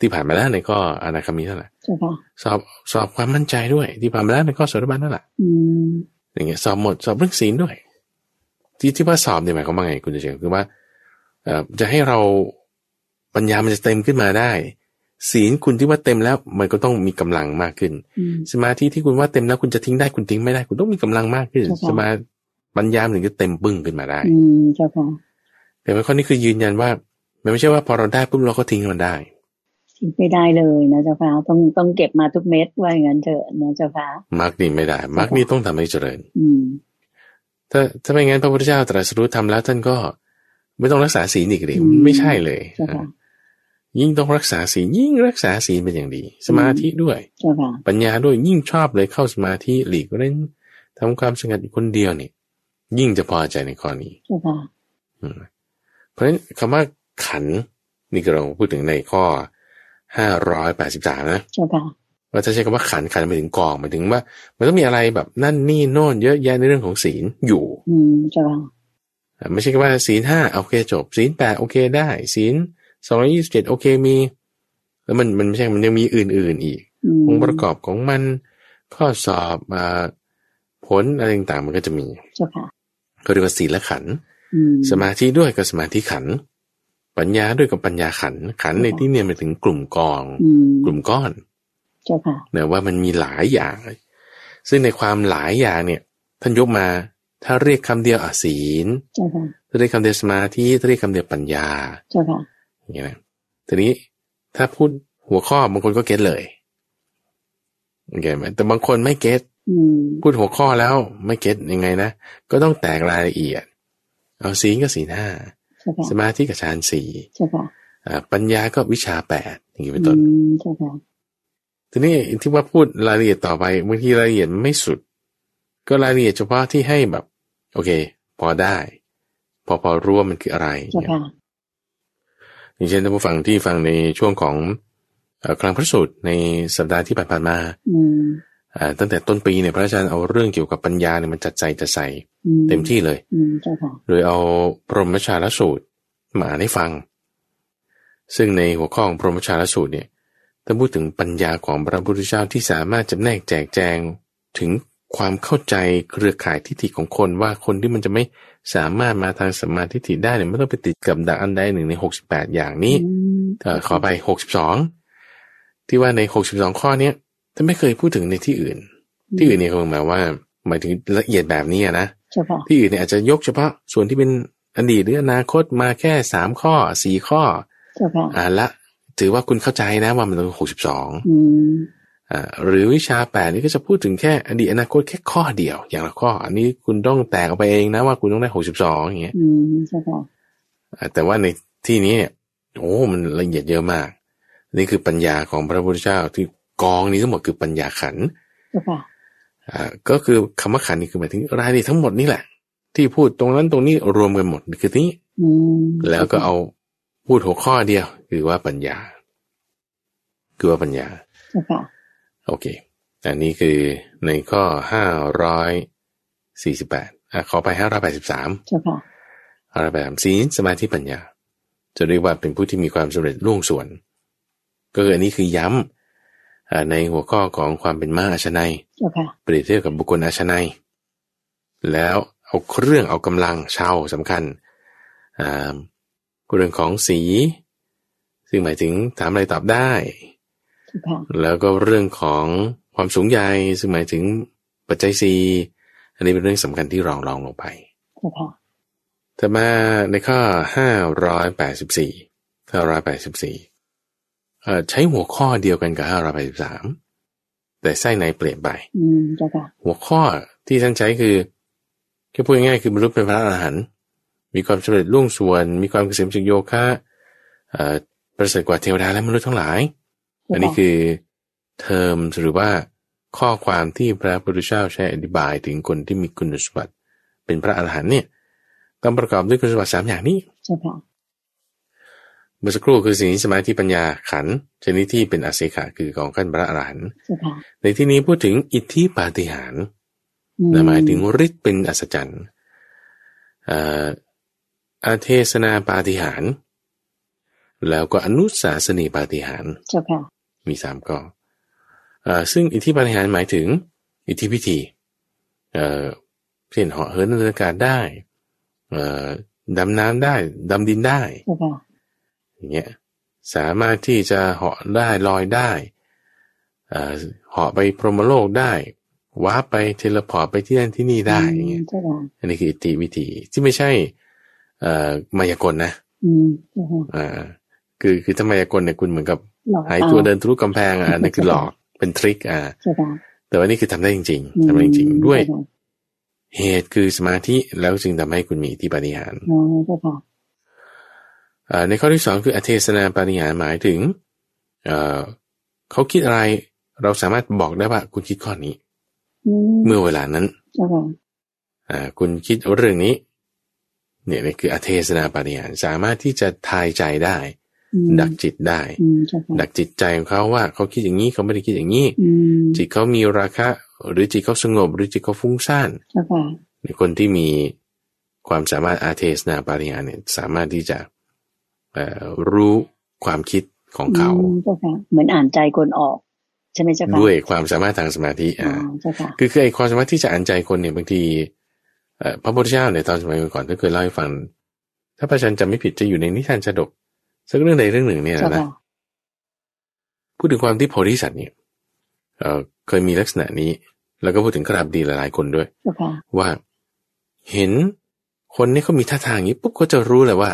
ที่ผ่านมาแล้วในข้ออนาคามีนั่นแหละ เจ้าค่ะ สอบสอบความมั่นใจด้วย ที่ผ่านมาแล้วในข้อโสดาบันนั่นแหละ อืม อย่างเงี้ยสอบหมดสอบเรื่องศีลด้วย ที่ที่ว่าสอบเนี่ยหมายความว่าไงคุณเฉยๆคือว่าเอ่อจะให้เราปัญญามันจะเต็มขึ้นมาได้ ศีลคุณที่ว่าเต็มแล้วมันก็ต้องมีกำลังมากขึ้น อืม สมาธิที่คุณว่าเต็มแล้วคุณจะทิ้งได้คุณทิ้งไม่ได้ คุณต้องมีกำลังมากขึ้น ใช่ค่ะ สมาปัญญามันถึงจะเต็มปึ้งขึ้นมาได้ อืมเจ้าค่ะ แต่ว่าข้อนี้คือยืนยันว่ามันไม่ใช่ว่าพอเราได้ปุ๊บเราก็ทิ้งมันได้ ทิ้งไม่ได้เลยนะเจ้าค่ะ ต้องต้องเก็บมาทุกเม็ดว่าอย่างนั้นเถอะนะเจ้าค่ะ มาร์กนี่ไม่ได้ มาร์กนี่ต้องทำให้เจริญ อืม ถ้าถ้าไม่งั้นพระพุทธเจ้าตรัสรู้ทำแล้วท่านก็ไม่ต้องรักษาศีลอีกเลย อืม ไม่ใช่เลย เจ้าค่ะ ยิ่งต้องรักษาศีลยิ่งรักษาศีลเป็นอย่างดี สมาธิด้วย เจ้าค่ะ ปัญญาด้วยยิ่งชอบเลยเข้าสมาธิหลีกเล่นทำความสงัดอยู่คนเดียวเนี่ยยิ่งจะพอใจในข้อนี้ เจ้าค่ะ อืมเพราะฉะนั้นคำว่าขันธ์นี่ก็เราพูดถึงในข้อ ห้าร้อยแปดสิบสามนะ เจ้าค่ะ เราจะใช้คำว่าขันธ์ขันธ์หมายถึงกองหมายถึงว่า มันต้องมีอะไรแบบนั่นนี่โน่นเยอะแยะในเรื่องของศีลอยู่ อืมเจ้าค่ะ อ่ะไม่ใช่แค่ว่าศีลห้าโอเคจบ ศีลแปดโอเคได้ศีลสองร้อยี่สิบเจ็ดโอเคมี แล้วมันมันไม่ใช่มันยังมีอื่น ๆ อีก อืม องค์ประกอบของมันข้อสอบอ่าผลอะไรต่างๆมันก็จะมี เจ้าค่ะ เขาเรียกว่าศีลขันธ์ อืม สมาธิด้วยกับสมาธิขันธ์ปัญญาด้วยกับปัญญาขันธ์ขันธ์ใน ค่ะ ที่เนี่ยหมายถึงกลุ่มกอง อืม กลุ่มก้อน เจ้าค่ะ นะว่ามันมีหลายอย่าง ซึ่งในความหลายอย่างเนี่ย ท่านยกมาถ้าเรียกคำเดียวอ่ะศีล เจ้าค่ะ ถ้าเรียกคำเดียวสมาธิถ้าเรียกคำเดียวปัญญา เจ้าค่ะ อย่างเงี้ยนะทีนี้ถ้าพูดหัวข้อบางคนก็เก็ตเลยโอเคไหมแต่บางคนไม่เก็ต อืม พูดหัวข้อแล้วไม่เก็ตยังไงนะ ก็ต้องแตกรายละเอียด เอาศีลก็ศีลห้า เจ้าค่ะ สมาธิกับฌานสี่ เจ้าค่ะ อ่าปัญญาก็วิชาแปดอย่างนี้ อื เป็นต้น มเจ้าค่ะ ทีนี้ที่ว่าพูดรายละเอียดต่อไปบางทีรายละเอียดไม่สุด ก็รายละเอียดเฉพาะที่ให้แบบ โอเค พอได้ พอพอรู้ว่ามันคืออะไร เจ้าค่ะ อย่างเช่นท่านผู้ฟังที่ฟังในช่วงของเอ่อคลังพระสูตรในสัปดาห์ที่ผ่านๆมา อืม อ่าตั้งแต่ต้นปีเนี่ยพระอาจารย์เอาเรื่องเกี่ยวกับปัญญาเนี่ยมันจัดใจจัดใส่ อื เต็มที่เลย อืมเจ้าค่ะ โดยเอาพรหมชาลสูตรมาให้ฟัง ซึ่งในหัวข้อของพรหมชาลสูตรเนี่ยท่านพูดถึงปัญญาของพระพุทธเจ้าที่สามารถจำแนกแจกแจงถึงความเข้าใจเครือข่ายทิฏฐิของคนว่าคนที่มันจะไม่สามารถมาทางสมมาทิฏฐิได้เนี่ยไม่ต้องไปติดกับดักอันใดหนึ่งใน 68 อย่างนี้ อืม เออขอไป 62 ที่ว่าใน 62 ข้อเนี้ยท่านไม่เคยพูดถึงในที่อื่น 嗯ที่อื่นเนี่ยคงหมายว่าหมายถึงละเอียดแบบนี้อะนะ เจ้าค่ะ ที่อื่นเนี่ยอาจจะยกเฉพาะส่วนที่เป็นอดีตหรืออนาคตมาแค่สามข้อสี่ข้อ เจ้าค่ะ อ่าละถือว่าคุณเข้าใจนะว่ามันหกสิบสอง อืม อ่าหรือวิชาแปดนี่ก็จะพูดถึงแค่อดีตอนาคตแค่ข้อเดียว อย่างละข้อ อันนี้คุณต้องแตกออกไปเองนะว่าคุณต้องได้หกสิบสองอย่างเงี้ย อืมเจ้าค่ะ อ่าแต่ว่าในที่นี้เนี่ยโอ้มันละเอียดเยอะมาก นี่คือปัญญาของพระพุทธเจ้าที่กองนี้ทั้งหมดคือปัญญาขันธ์ เจ้าค่ะ อ่าก็คือคำว่าขันธ์นี่คือหมายถึงรายละเอียดทั้งหมดนี่แหละ ที่พูดตรงนั้นตรงนี้รวมกันหมดคือนี้ อืม แล้วก็เอาพูดหัวข้อเดียวคือว่าปัญญา คือว่าปัญญา เจ้าค่ะ โอเค อันนี้คือในข้อ 548อ่ะขอไป 583 เจ้าค่ะ 583ศีลสมาธิปัญญา จะเรียกว่าเป็นผู้ที่มีความสำเร็จล่วงส่วน ก็คืออันนี้คือย้ำอ่าในหัวข้อของความเป็นมาอาชนัย เจ้าค่ะ เปรียบเทียบกับบุคคลอาชนัย แล้วเอาเครื่องเอากำลังเช่าสำคัญอ่าเรื่องของสี ซึ่งหมายถึงถามอะไรตอบได้ เจ้าค่ะ แล้วก็เรื่องของความสูงใหญ่ซึ่งหมายถึงปัจจัยสีอันนี้เป็นเรื่องสำคัญที่รองรองลงไป เจ้าค่ะ แต่มาในข้อ 584 584เอ่อใช้หัวข้อเดียวกันกับ 583 แต่ไส้ในเปลี่ยนไป อืมเจ้าค่ะ หัวข้อที่ท่านใช้คือก็พูดง่ายๆคือบรรลุเป็นพระอรหันต์มีความสำเร็จรุ่วงส่วน มีความเกษมจากโยคะเอ่อประเสริฐกว่าเทวดาและมนุษย์ทั้งหลาย อันนี้คือเทอมหรือว่าข้อความที่พระพุทธเจ้าใช้อธิบายถึงคนที่มีคุณสมบัติเป็นพระอรหันต์เนี่ยต้องประกอบด้วยคุณสมบัติสามอย่างนี้ เจ้าค่ะ เมื่อสักครู่คือศีลสมาธิปัญญาขันธ์ชนิดที่เป็นอาเซขาคือกองขั้นพระอรหันต์ เจ้าค่ะ ในที่นี้พูดถึงอิทธิปาฏิหาริย์ อื นะหมาย嗯ถึงฤทธิ์เป็นอัศจรรย์เอ่ออาเทศนาปาฏิหาริย์แล้วก็อนุสาสนีปาฏิหาริย์ เจ้าค่ะ มีสามข้อเอ่อซึ่งอิทธิปาฏิหาริย์หมายถึงอิทธิพิธีเอ่อเช่นเหาะเหินในอากาศได้เอ่อดำน้ำได้ ดำดินได้ เจ้าค่ะ อย่างเงี้ยสามารถที่จะเหาะได้ลอยได้เอ่อเหาะไปพรหมโลกได้ว้าร์ปไปเทเลพอร์ตไปที่นั่นที่นี่ได้อย่างเงี้ย เจ้าค่ะ อันนี้คืออิทธิวิธีที่ไม่ใช่เอ่อมายากลนะ อืมเจ้าค่ะ อ่าคือคือถ้ามายากลเนี่ยคุณเหมือนกับ หลอก หายตัว ต เดินทะลุกำแพงอ่ะ อันนั่นคือหลอกเป็นทริคอ่า เจ้าค่ะ แต่ว่านี่คือทำได้จริง อื ๆ ม ทำได้จริงๆด้วย เจ้าค่ะ เหตุคือสมาธิแล้วจึงทำให้คุณมีอิทธิปาฏิหาริย์ อ๋อเจ้าค่ะ เอ่อในข้อที่สองคืออเทศนาปาฏิหาริย์หมายถึงเอ่อเขาคิดอะไรเราสามารถบอกได้ว่าคุณคิดข้อนี้ อืม เมื่อเวลานั้น เจ้าค่ะ อ่าคุณคิดเรื่องนี้เนี่ยนี่คืออเทศนาปาฏิหาริย์สามารถที่จะทายใจได้ อ อืม ดักจิตได้ อืมเจ้าค่ะ ดักจิตใจของเขาว่าเขาคิดอย่างนี้เขาไม่ได้คิดอย่างนี้ อืม จิตเขามีราคะ หรือจิตเขาสงบ หรือจิตเขาฟุ้งซ่าน เจ้าค่ะ คนที่มีความสามารถอาเทสนาปาริยาเนี่ยสามารถที่จะเอ่อรู้ความคิดของเขา อืมเจ้าค่ะ เหมือนอ่านใจคนออก ใช่ไหมเจ้าค่ะ ด้วยความสามารถทางสมาธิ อ่า อ่า เจ้าค่ะ คือคือไอ้ความสามารถที่จะอ่านใจคนเนี่ยบางทีเอ่อพระพุทธเจ้าเนี่ยตอนสมัยก่อนก็เคยเล่าให้ฟัง ถ้าพระชันจำไม่ผิดจะอยู่ในนิทานชาดกสักเรื่องใดเรื่องหนึ่งเนี่ย เจ้า นะ ค่ะ พูดถึงความที่โพธิสัตว์เนี่ยเอ่อเคยมีลักษณะนี้ แล้วก็พูดถึงกราบดีหลายๆคนด้วย เจ้าค่ะ ว่าเห็นคนเนี่ยเขามีท่าทางอย่างนี้ปุ๊บเขาจะรู้เลยว่า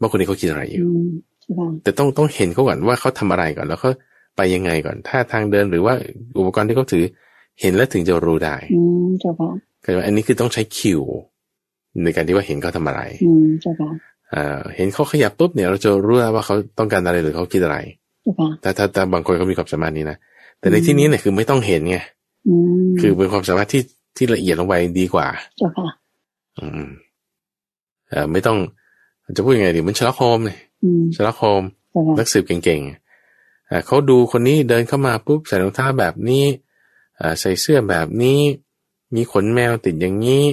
ว่าคนนี้เขาคิดอะไรอ อื ยู่ มเจ้าค่ะ แต่ต้องต้องเห็นเขาก่อนว่าเขาทำอะไรก่อนแล้วเขาไปยังไงก่อนท่าทางเดินหรือว่าอุปกรณ์ที่เขาถือเห็นแล้วถึงจะรู้ได้ อืมเจ้าค่ะ ก็เลยว่าอันนี้คือต้องใช้คิวในการที่ว่าเห็นเขาทำอะไร อืมเจ้าค่ะ เอ่อเห็นเขาขยับปุ๊บเนี่ยเราจะรู้แล้วว่าเขาต้องการอะไรหรือเขาคิดอะไร เจ้าค่ะ แต่ถ้าแต่บางคนเขามีความสามารถนี้นะ แต่ใน อืม ที่นี้เนี่ยคือไม่ต้องเห็นไง อืม คือเป็นความสามารถที่ที่ละเอียดลงไปดีกว่า เจ้าค่ะ อืมเอ่อไม่ต้องจะพูดยังไงดีเหมันชลักโฮมเลย อืม ชลักโฮม เจ้า นั ค่ะ กสืบเก่งๆอ่าเขาดูคนนี้เดินเข้ามาปุ๊บใส่รองเท้าแบบนี้อ่าใส่เสื้อแบบนี้ มีขนแมวติดอย่างนี้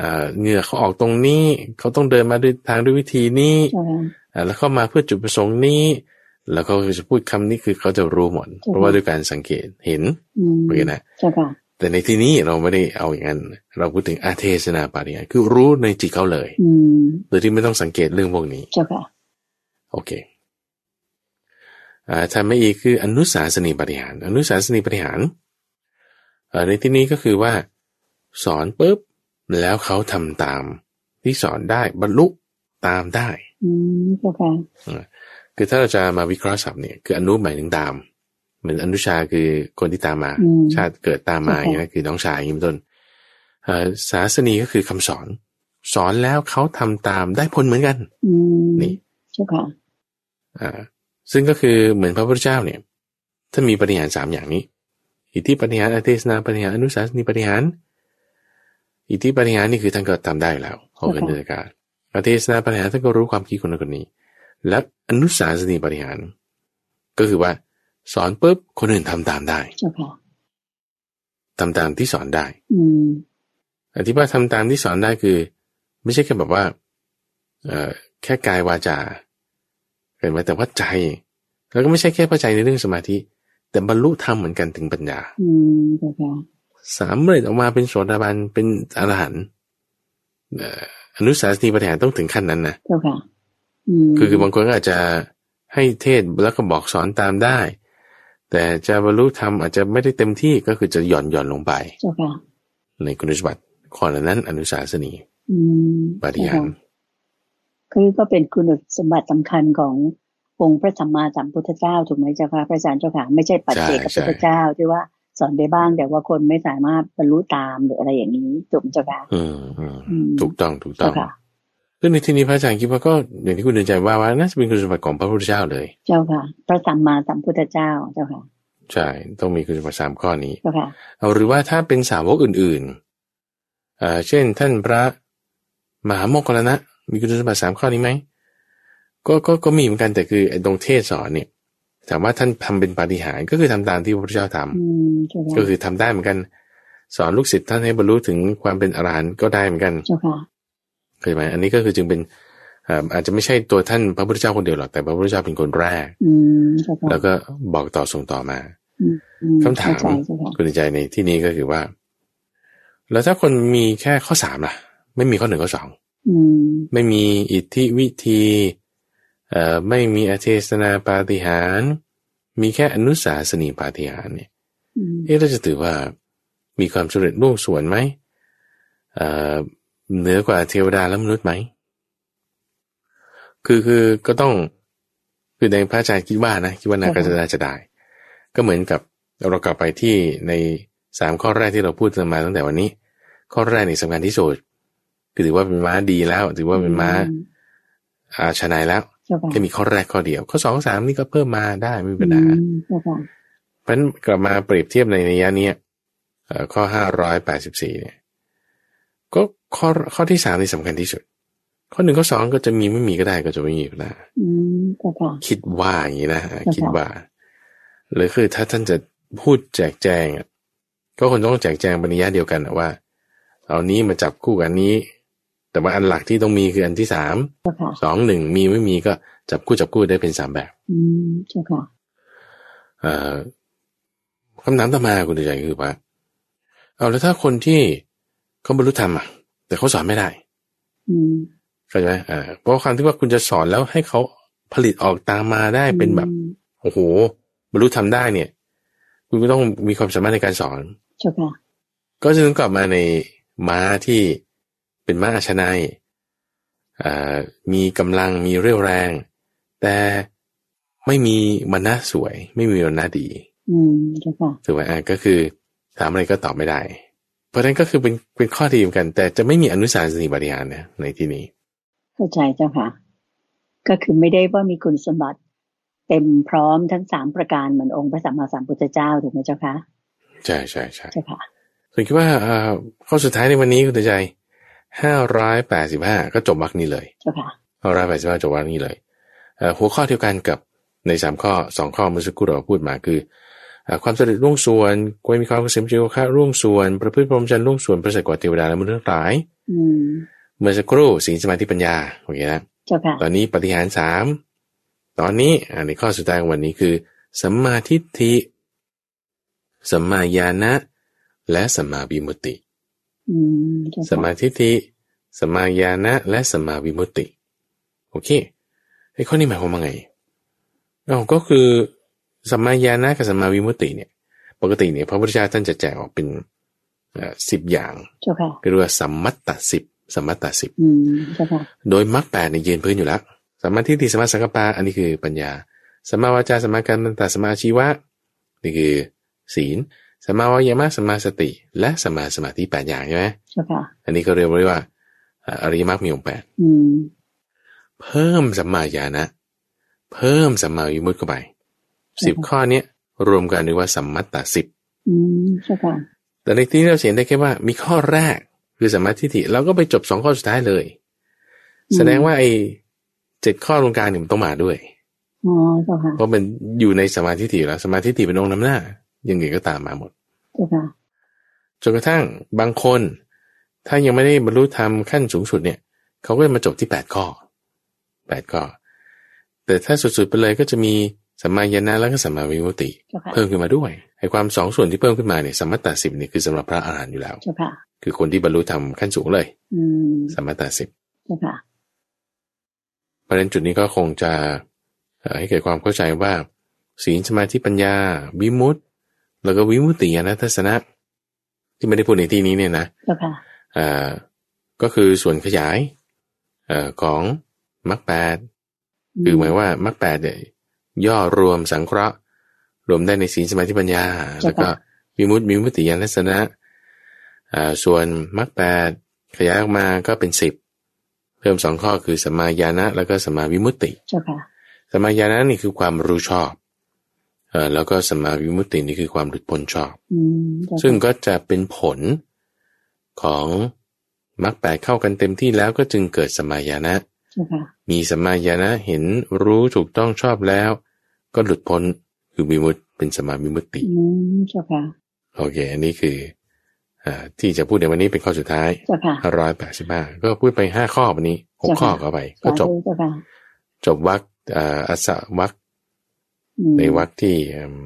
อ่าเหงื่อเขาออกตรงนี้ เขาต้องเดินมาด้วยทางด้วยวิธีนี้ เจ้าค่ะ อ่าแล้วเข้ามาเพื่อจุดประสงค์นี้ แล้วเขาก็จะพูดคำนี้คือเขาจะรู้หมด อืม เพราะว่าด้วยการสังเกตเห็น อืม เหมือนกันนะ เจ้าค่ะ แต่ในที่นี้เราไม่ได้เอาอย่างนั้น เราพูดถึงอาเทศนาปาริยาคือรู้ในจิตเขาเลย อืม โดยที่ไม่ต้องสังเกตเรื่องพวกนี้ เจ้าค่ะ โอเคอ่าทำไม่อีกคืออนุสาสนีปฏิหาร อนุสาสนีปฏิหารเอ่อในที่นี้ก็คือว่า สอนปุ๊บแล้วเขาทำตาม ที่สอนได้บรรลุตามได้ อืมเจ้าค่ะ คือถ้าเราจะมาวิเคราะห์ศัพท์เนี่ยคืออนุหมายถึงตาม เหมือนอนุชาคือคนที่ตามมา อืม ชาติเกิดตามมา ใช่ค่ะ อย่างนี้นะคือน้องชายอย่างนี้เป็นต้นเอ่อศาสนีก็คือคำสอน สอนแล้วเขาทำตามได้ผลเหมือนกัน อืม นี่ เจ้าค่ะ อ่าซึ่งก็คือเหมือนพระพุทธเจ้าเนี่ยถ้านมีปฏิหารสามอย่างนี้ อิทธิปฏิหารอเทศนาปฏิหารอนุสาสนีปฏิหาร อิทธิปฏิหารนี่คือท่านก็ทำได้แล้วของกันเดกาอเทศนาปฏิหารท่านก็รู้ความคิดคนนั้นคนนี้ และอนุสาสนีปฏิหาร ก็คือว่าสอนปุ๊บคนอื่นทำตามได้ เจ้าค่ะ ทำตามที่สอนได้ อืม อธิบายทำตามที่สอนได้คือ ไม่ใช่แค่แบบว่าเอ่อแค่กายวาจาเห็นไหมแต่ว่าใจ แล้วก็ไม่ใช่แค่พอใจในเรื่องสมาธิ แต่บรรลุธรรมเหมือนกันถึงปัญญา อืมเจ้าค่ะ สามเร็จออกมาเป็นโสดาบันเป็นอรหันต์เอ่ออนุสาสนีปัญหารต้องถึงขั้นนั้นนะ เจ้าค่ะ อืม คือคือบางคนก็อาจจะให้เทศน์แล้วก็บอกสอนตามได้ แต่จะบรรลุธรรมอาจจะไม่ได้เต็มที่ก็คือจะหย่อนหย่อนๆลงไป เจ้าค่ะ ในคุณสมบัติข้อนั้นอนุสาสนี อืม ปฏิหา เจ้าร ค่ะคือก็เป็นคุณสมบัติสำคัญขององค์พระสัมมาสัมพุทธเจ้าถูกไหมเจ้าค่ะพระอาจารย์เจ้าค่ะไม่ใช่ปัจเจก ใช่ กับพุทธเจ้าที่ว่าสอนได้บ้างแต่ว่าคนไม่สามารถบรรลุตามหรืออะไรอย่างนี้ถูกไหมเจ้าค่ะ อืมอืม อืม ถูกต้องถูกต้อ เจ้าง ค่ะ ซึ่งในที่นี้พระอาจารย์คิดว่าก็อย่างที่คุณเดินใจว่าว่าน่าจะเป็นคุณสมบัติของพระพุทธเจ้าเลย เจ้าค่ะ พระสัมมาสัมพุทธเจ้าเจ้าค่ะ ใช่ ต้องมีคุณสมบัติสามข้อนี้ เจ้าค่ะ เอาหรือว่าถ้าเป็นสาวกอื่นๆเอ่อเช่น ท่านพระมหาโมคคัลลานะมีคุณสมบัติสามข้อนี้ไหมก็ก็ก็มีเหมือนกันแต่คือไอ้ตรงเทศสอนเนี่ยถามว่าท่านทำเป็นปาฏิหาริย์ก็คือทำตามที่พระพุทธเจ้าทำ อืมเจ้าค่ะ ก็คือทำได้เหมือนกัน สอนลูกศิษย์ท่านให้บรรลุถึงความเป็นอรหันต์ก็ได้เหมือนกัน เจ้าค่ะ เข้าใจไหมอันนี้ก็คือจึงเป็นเอ่ออาจจะไม่ใช่ตัวท่านพระพุทธเจ้าคนเดียวหรอกแต่พระพุทธเจ้าเป็นคนแรก อืมเจ้าค่ะ แล้วก็บอกต่อส่งต่อมา อืม คำถาม เข้ใจเจ้าค่ะ คุณใจในที่นี้ก็คือว่า แล้วถ้าคนมีแค่ข้อสามล่ะ ไม่มีข้อหนึ่งข้อสอง อืม ไม่มีอิทธิวิธีเอ่อไม่มีอาเทศนาปาฏิหาริย์มีแค่อนุสาสนีปาฏิหาริย์เนี่ย อืม เอ๊ะเราจะถือว่ามีความสำเร็จล่วงส่วนไหมเอ่อเหนือกว่าเทวดาและมนุษย์ไหม คือคือก็ต้องคือในพระอาจารย์คิดว่านะคิดว่านาก็จะน่าจะได้ ก็เหมือนกับเรากลับไปที่ในสามข้อแรกที่เราพูดกันมาตั้งแต่วันนี้ ข้อแรกนี่สำคัญที่สุดคือถือว่าเป็นม้าดีแล้ว ถือว่าเป็นม้าอาชนายแล้ว เจ้าค่ะ แค่มีข้อแรกข้อเดียว ข้อสองข้อสามนี่ก็เพิ่มมาได้ไม่มีปัญหา อืมเจ้าค่ะ เพราะฉะนั้นกลับมาเปรียบเทียบในระยะเนี้ยเอ่อข้อห้าร้อยแปดสิบสี่เนี่ยก็ข้อข้อที่สามนี่สำคัญที่สุด ข้อหนึ่งข้อสองก็จะมีไม่มีก็ได้ก็จะไม่มีก็ได้ อืมเจ้าค่ะ คิดว่าอย่างนี้นะ เจ้าค่ะ คิดว่า หรือคือถ้าท่านจะพูดแจกแจงอะก็คนต้องแจกแจงปริยาเดียวกันอะว่า เอานี้มาจับคู่กับอันนี้ แต่ว่าอันหลักที่ต้องมีคืออันที่สาม เจ้าค่ะ สองหนึ่งมีไม่มีก็จับคู่จับคู่ได้เป็นสามแบบ อืมเจ้าค่ะ เอ่อคำถามต่อมาคุณใจคือว่า เอาแล้วถ้าคนที่เขาบรรลุธรรมอ่ะ แต่เขาสอนไม่ได้ อืม เข้าใจไหมอ่าเพราะความที่ว่าคุณจะสอนแล้วให้เขาผลิตออกตามมาได้เป็นแบบ อืม โอ้โห บรรลุทำได้เนี่ย คุณก็ต้องมีความสามารถในการสอน เจ้าค่ะ ก็จะนึกกลับมาในม้าที่เป็นม้าอาชนายอ่ามีกำลังมีเรี่ยวแรง แต่ไม่มีมันน่าสวย ไม่มีมันน่าดี อืมเจ้าค่ะ ถือว่าอ่ะก็คือถามอะไรก็ตอบไม่ได้ เพราะฉะนั้นก็คือเป็นเป็นข้อดีเหมือนกัน แต่จะไม่มีอนุสาสนีบริยานนะในที่นี้ เข้าใจเจ้าค่ะ ก็คือไม่ได้ว่ามีคุณสมบัติเต็มพร้อมทั้งสามประการเหมือนองค์พระสัมมาสัมพุทธเจ้าถูกไหมเจ้าคะ ใช่ใช่ใช่ เจ้าค่ะ ส่วนคิดว่าเอ่อข้อสุดท้ายในวันนี้คุณตาใจห้าร้อยแปดสิบห้าก็จบวรรคนี้เลย เจ้าค่ะ ห้าร้อยแปดสิบห้าจบวรรคนี้เลยเอ่อหัวข้อเดียวกันกับในสามข้อสองข้อเมื่อสักครู่เราพูดมาคือเอ่อความสำเร็จร่วงส่วนควรมีความเกษมจิวค่าร่วงส่วน ประพฤติพรหมจรรย์ร่วงส่วนประเสริฐกว่าเทวดาและมนุษย์ทั้งหลาย อืม เมื่อสักครู่ศีลสมาธิปัญญาโอเคนะ เจ้าค่ะ ตอนนี้ปฏิหารสามตอนนี้อ่าในข้อสุดท้ายของวันนี้คือสัมมาทิฏฐิสัมมาญาณะและสัมมาวิมุตติ อืมเจ้า สัม ค่ะ มาทิฏฐิสัมมาญาณะ และสัมมาวิมุตติ โอเคไอ้ข้อนี้หมายความว่าไงเอ้าก็คือสัมมาญาณะกับสัมมาวิมุตติเนี่ย ปกติเนี่ยพระพุทธเจ้าท่านจะแจกออกเป็นสิบอย่าง เจ้าค่ะ ก็เรียกว่าสัมมัตตสิบสัมมัตตสิบ อืมเจ้าค่ะ โดยมรรคแปดเนี่ยยืนพื้นอยู่แล้วสัมมาทิฏฐิสัมมาสังกัปปะอันนี้คือปัญญาสัมมาวาจาสัมมากัรมตะสัมมาอาชีวะนี่คือ ศีลสัมมาวายามะสัมมาสติ และสัมมาสมาธิแปดอย่างใช่ไหม เจ้าค่ะ อันนี้ก็เรียกว่าเอ่ออริยมรรคมีองค์แปด อืม เพิ่มสัมมาญาณะเพิ่มสัมมาวิมุตติเข้าไปสิบ อือฮึ ข้อเนี้ยรวมกันเรียกว่าสัมมัตตสิบ อืมเจ้าค่ะ แต่ในที่นี้เราเห็นได้แค่ว่ามีข้อแรกคือสัมมาทิฏฐิแล้วก็ไปจบสองข้อสุดท้ายเลย อืม แสดงว่าไอ้เจ็ดข้อตรงกลางเนี่ยมันต้องมาด้วย อ๋อเจ้าค่ะ เพราะมันอยู่ในสมมาทิฏฐิอยู่แล้วสมมาทิฏฐิเป็นองค์นำหน้ายังไงก็ตามมาหมด เจ้าค่ะ จนกระทั่งบางคน ถ้ายังไม่ได้บรรลุธรรมขั้นสูงสุดเนี่ย เขาก็จะมาจบที่ 8 ข้อ 8 ข้อ แต่ถ้าสุดๆไปเลยก็จะมีสัมมาญาณะแล้วก็สัมมาวิมุตติ เจ้าค่ะ เพิ่มขึ้นมาด้วยไอ้ความสองส่วนที่เพิ่มขึ้นมาเนี่ยสัมมาตาสิบเนี่ยคือสำหรับพระอาหารหันต์อยู่แล้ว เจ้าค่ะ คือคนที่บรรลุธรรมขั้นสูงเลย อืม สัมมาตาสิบ เจ้าค่ะ เพราะฉะนั้นจุดนี้ก็คงจะเอ่อให้เกิดความเข้าใจว่า ศีลสมาธิปัญญา วิมุตติ แล้วก็วิมุตติญาณทัศนะ ที่ไม่ได้พูดในที่นี้เนี่ยนะ เจ้าค่ะ เอ่อก็คือส่วนขยายเอ่อของมรรคแปดคือหมายว่ามรรคแปดเนี่ยย่อรวมสังเคราะห์ รวมได้ในศีลสมาธิปัญญา เจ้าค่ะ แล้วก็วิมุตติวิมุตติญาณทัศนะเอ่อส่วนมรรคแปดขยายออกมาก็เป็นสิบเพิ่มสองข้อคือสัมมาญาณะแล้วก็สัมมาวิมุตติ เจ้าค่ะ สัมมาญาณะนี่คือความรู้ชอบเอ่อแล้วก็สัมมาวิมุตตินี่คือความหลุดพ้นชอบ อืมเจ้าค่ะ ซึ่งก็จะเป็นผลของมรรคแปดเข้ากันเต็มที่แล้วก็จึงเกิดสมมาญาณะ เจ้าค่ะ มีสมมาญาณะเห็นรู้ถูกต้องชอบแล้ว ก็หลุดพ้นคือวิมุตติเป็นสมมาวิมุตติ อืมเจ้าค่ะ โอเค อันนี้คืออาที่จะพูดในวันนี้เป็นข้อสุดท้าย เจ้าค่ะ 185ก็พูดไป 5 ข้อวันนี้หกข้อเข้าไป ก็จบ สาธุเจ้าค่ะ จบวักอ่าอัสสะวัก อืม ในวักที่อืม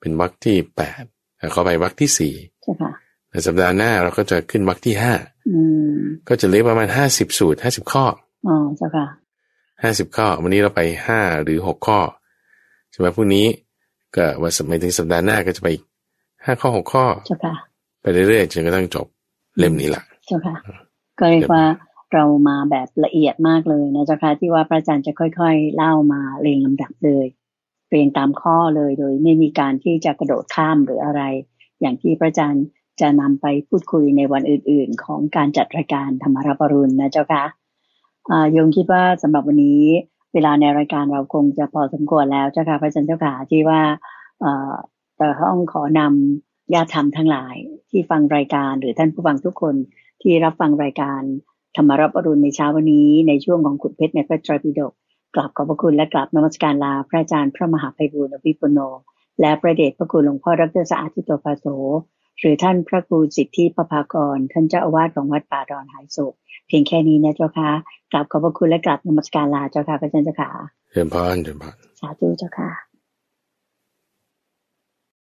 เป็นวักที่แปดอ่าเข้าไปวักที่สี่ เจ้าค่ะ ในสัปดาห์หน้าเราก็จะขึ้นวักที่ห้า อืม ก็จะเหลือประมาณ 50 สูตร 50 ข้อ อ๋อเจ้าค่ะ 50 ข้อ วันนี้เราไป 5 หรือ 6 ข้อใช่ไหมพรุ่งนี้ก็วันสัปดาห์ถึงสัปดาห์หน้าก็จะไปอีก5ข้อ 6 ข้อ เจ้าค่ะ ไปเรื่อยๆจนกระทั่งจบเล่มนี้ละ เจ้าค่ะ ก็เรียกว่าเรามาแบบละเอียดมากเลยนะเจ้าค่ะที่ว่าพระอาจารย์จะค่อยๆ เล่ามาเรียงลำดับเลย เรียงตามข้อเลยโดยไม่มีการที่จะกระโดดข้ามหรืออะไร อย่างที่พระอาจารย์จะนำไปพูดคุยในวันอื่นๆ ของการจัดรายการธรรมรับอรุณนะเจ้าค่ะอ่าโยมคิดว่าสำหรับวันนี้ เวลาในรายการเราคงจะพอสมควรแล้วเจ้าค่ะพระอาจารย์เจ้าค่ะที่ว่าเอ่อ แต่ห้องขอนำญาติธรรมทั้งหลายที่ฟังรายการหรือท่านผู้ฟังทุกคนที่รับฟังรายการ ธรรมรับอรุณในเช้าวันนี้ในช่วงของขุดเพชรในพระไตรปิฎกกลับขอบพระคุณและกลับนมัสการลาพระอาจารย์พระมหาไพบูลย์อภิปุโน และพระเดชพระคุณหลวงพ่อดรสะอาดทิโตภาโส หรือท่านพระครูสิทธิประภากร ท่านเจ้าอาวาสของวัดป่าดอนหายโศกเพียงแค่นี้นะเจ้าค่ะกลับขอบพระคุณและกลับนมัสการลาเจ้าค่ะพระอาจารย์เจ้าค่ะ เชิญพรเชิญพร สาธุเจ้าค่ะ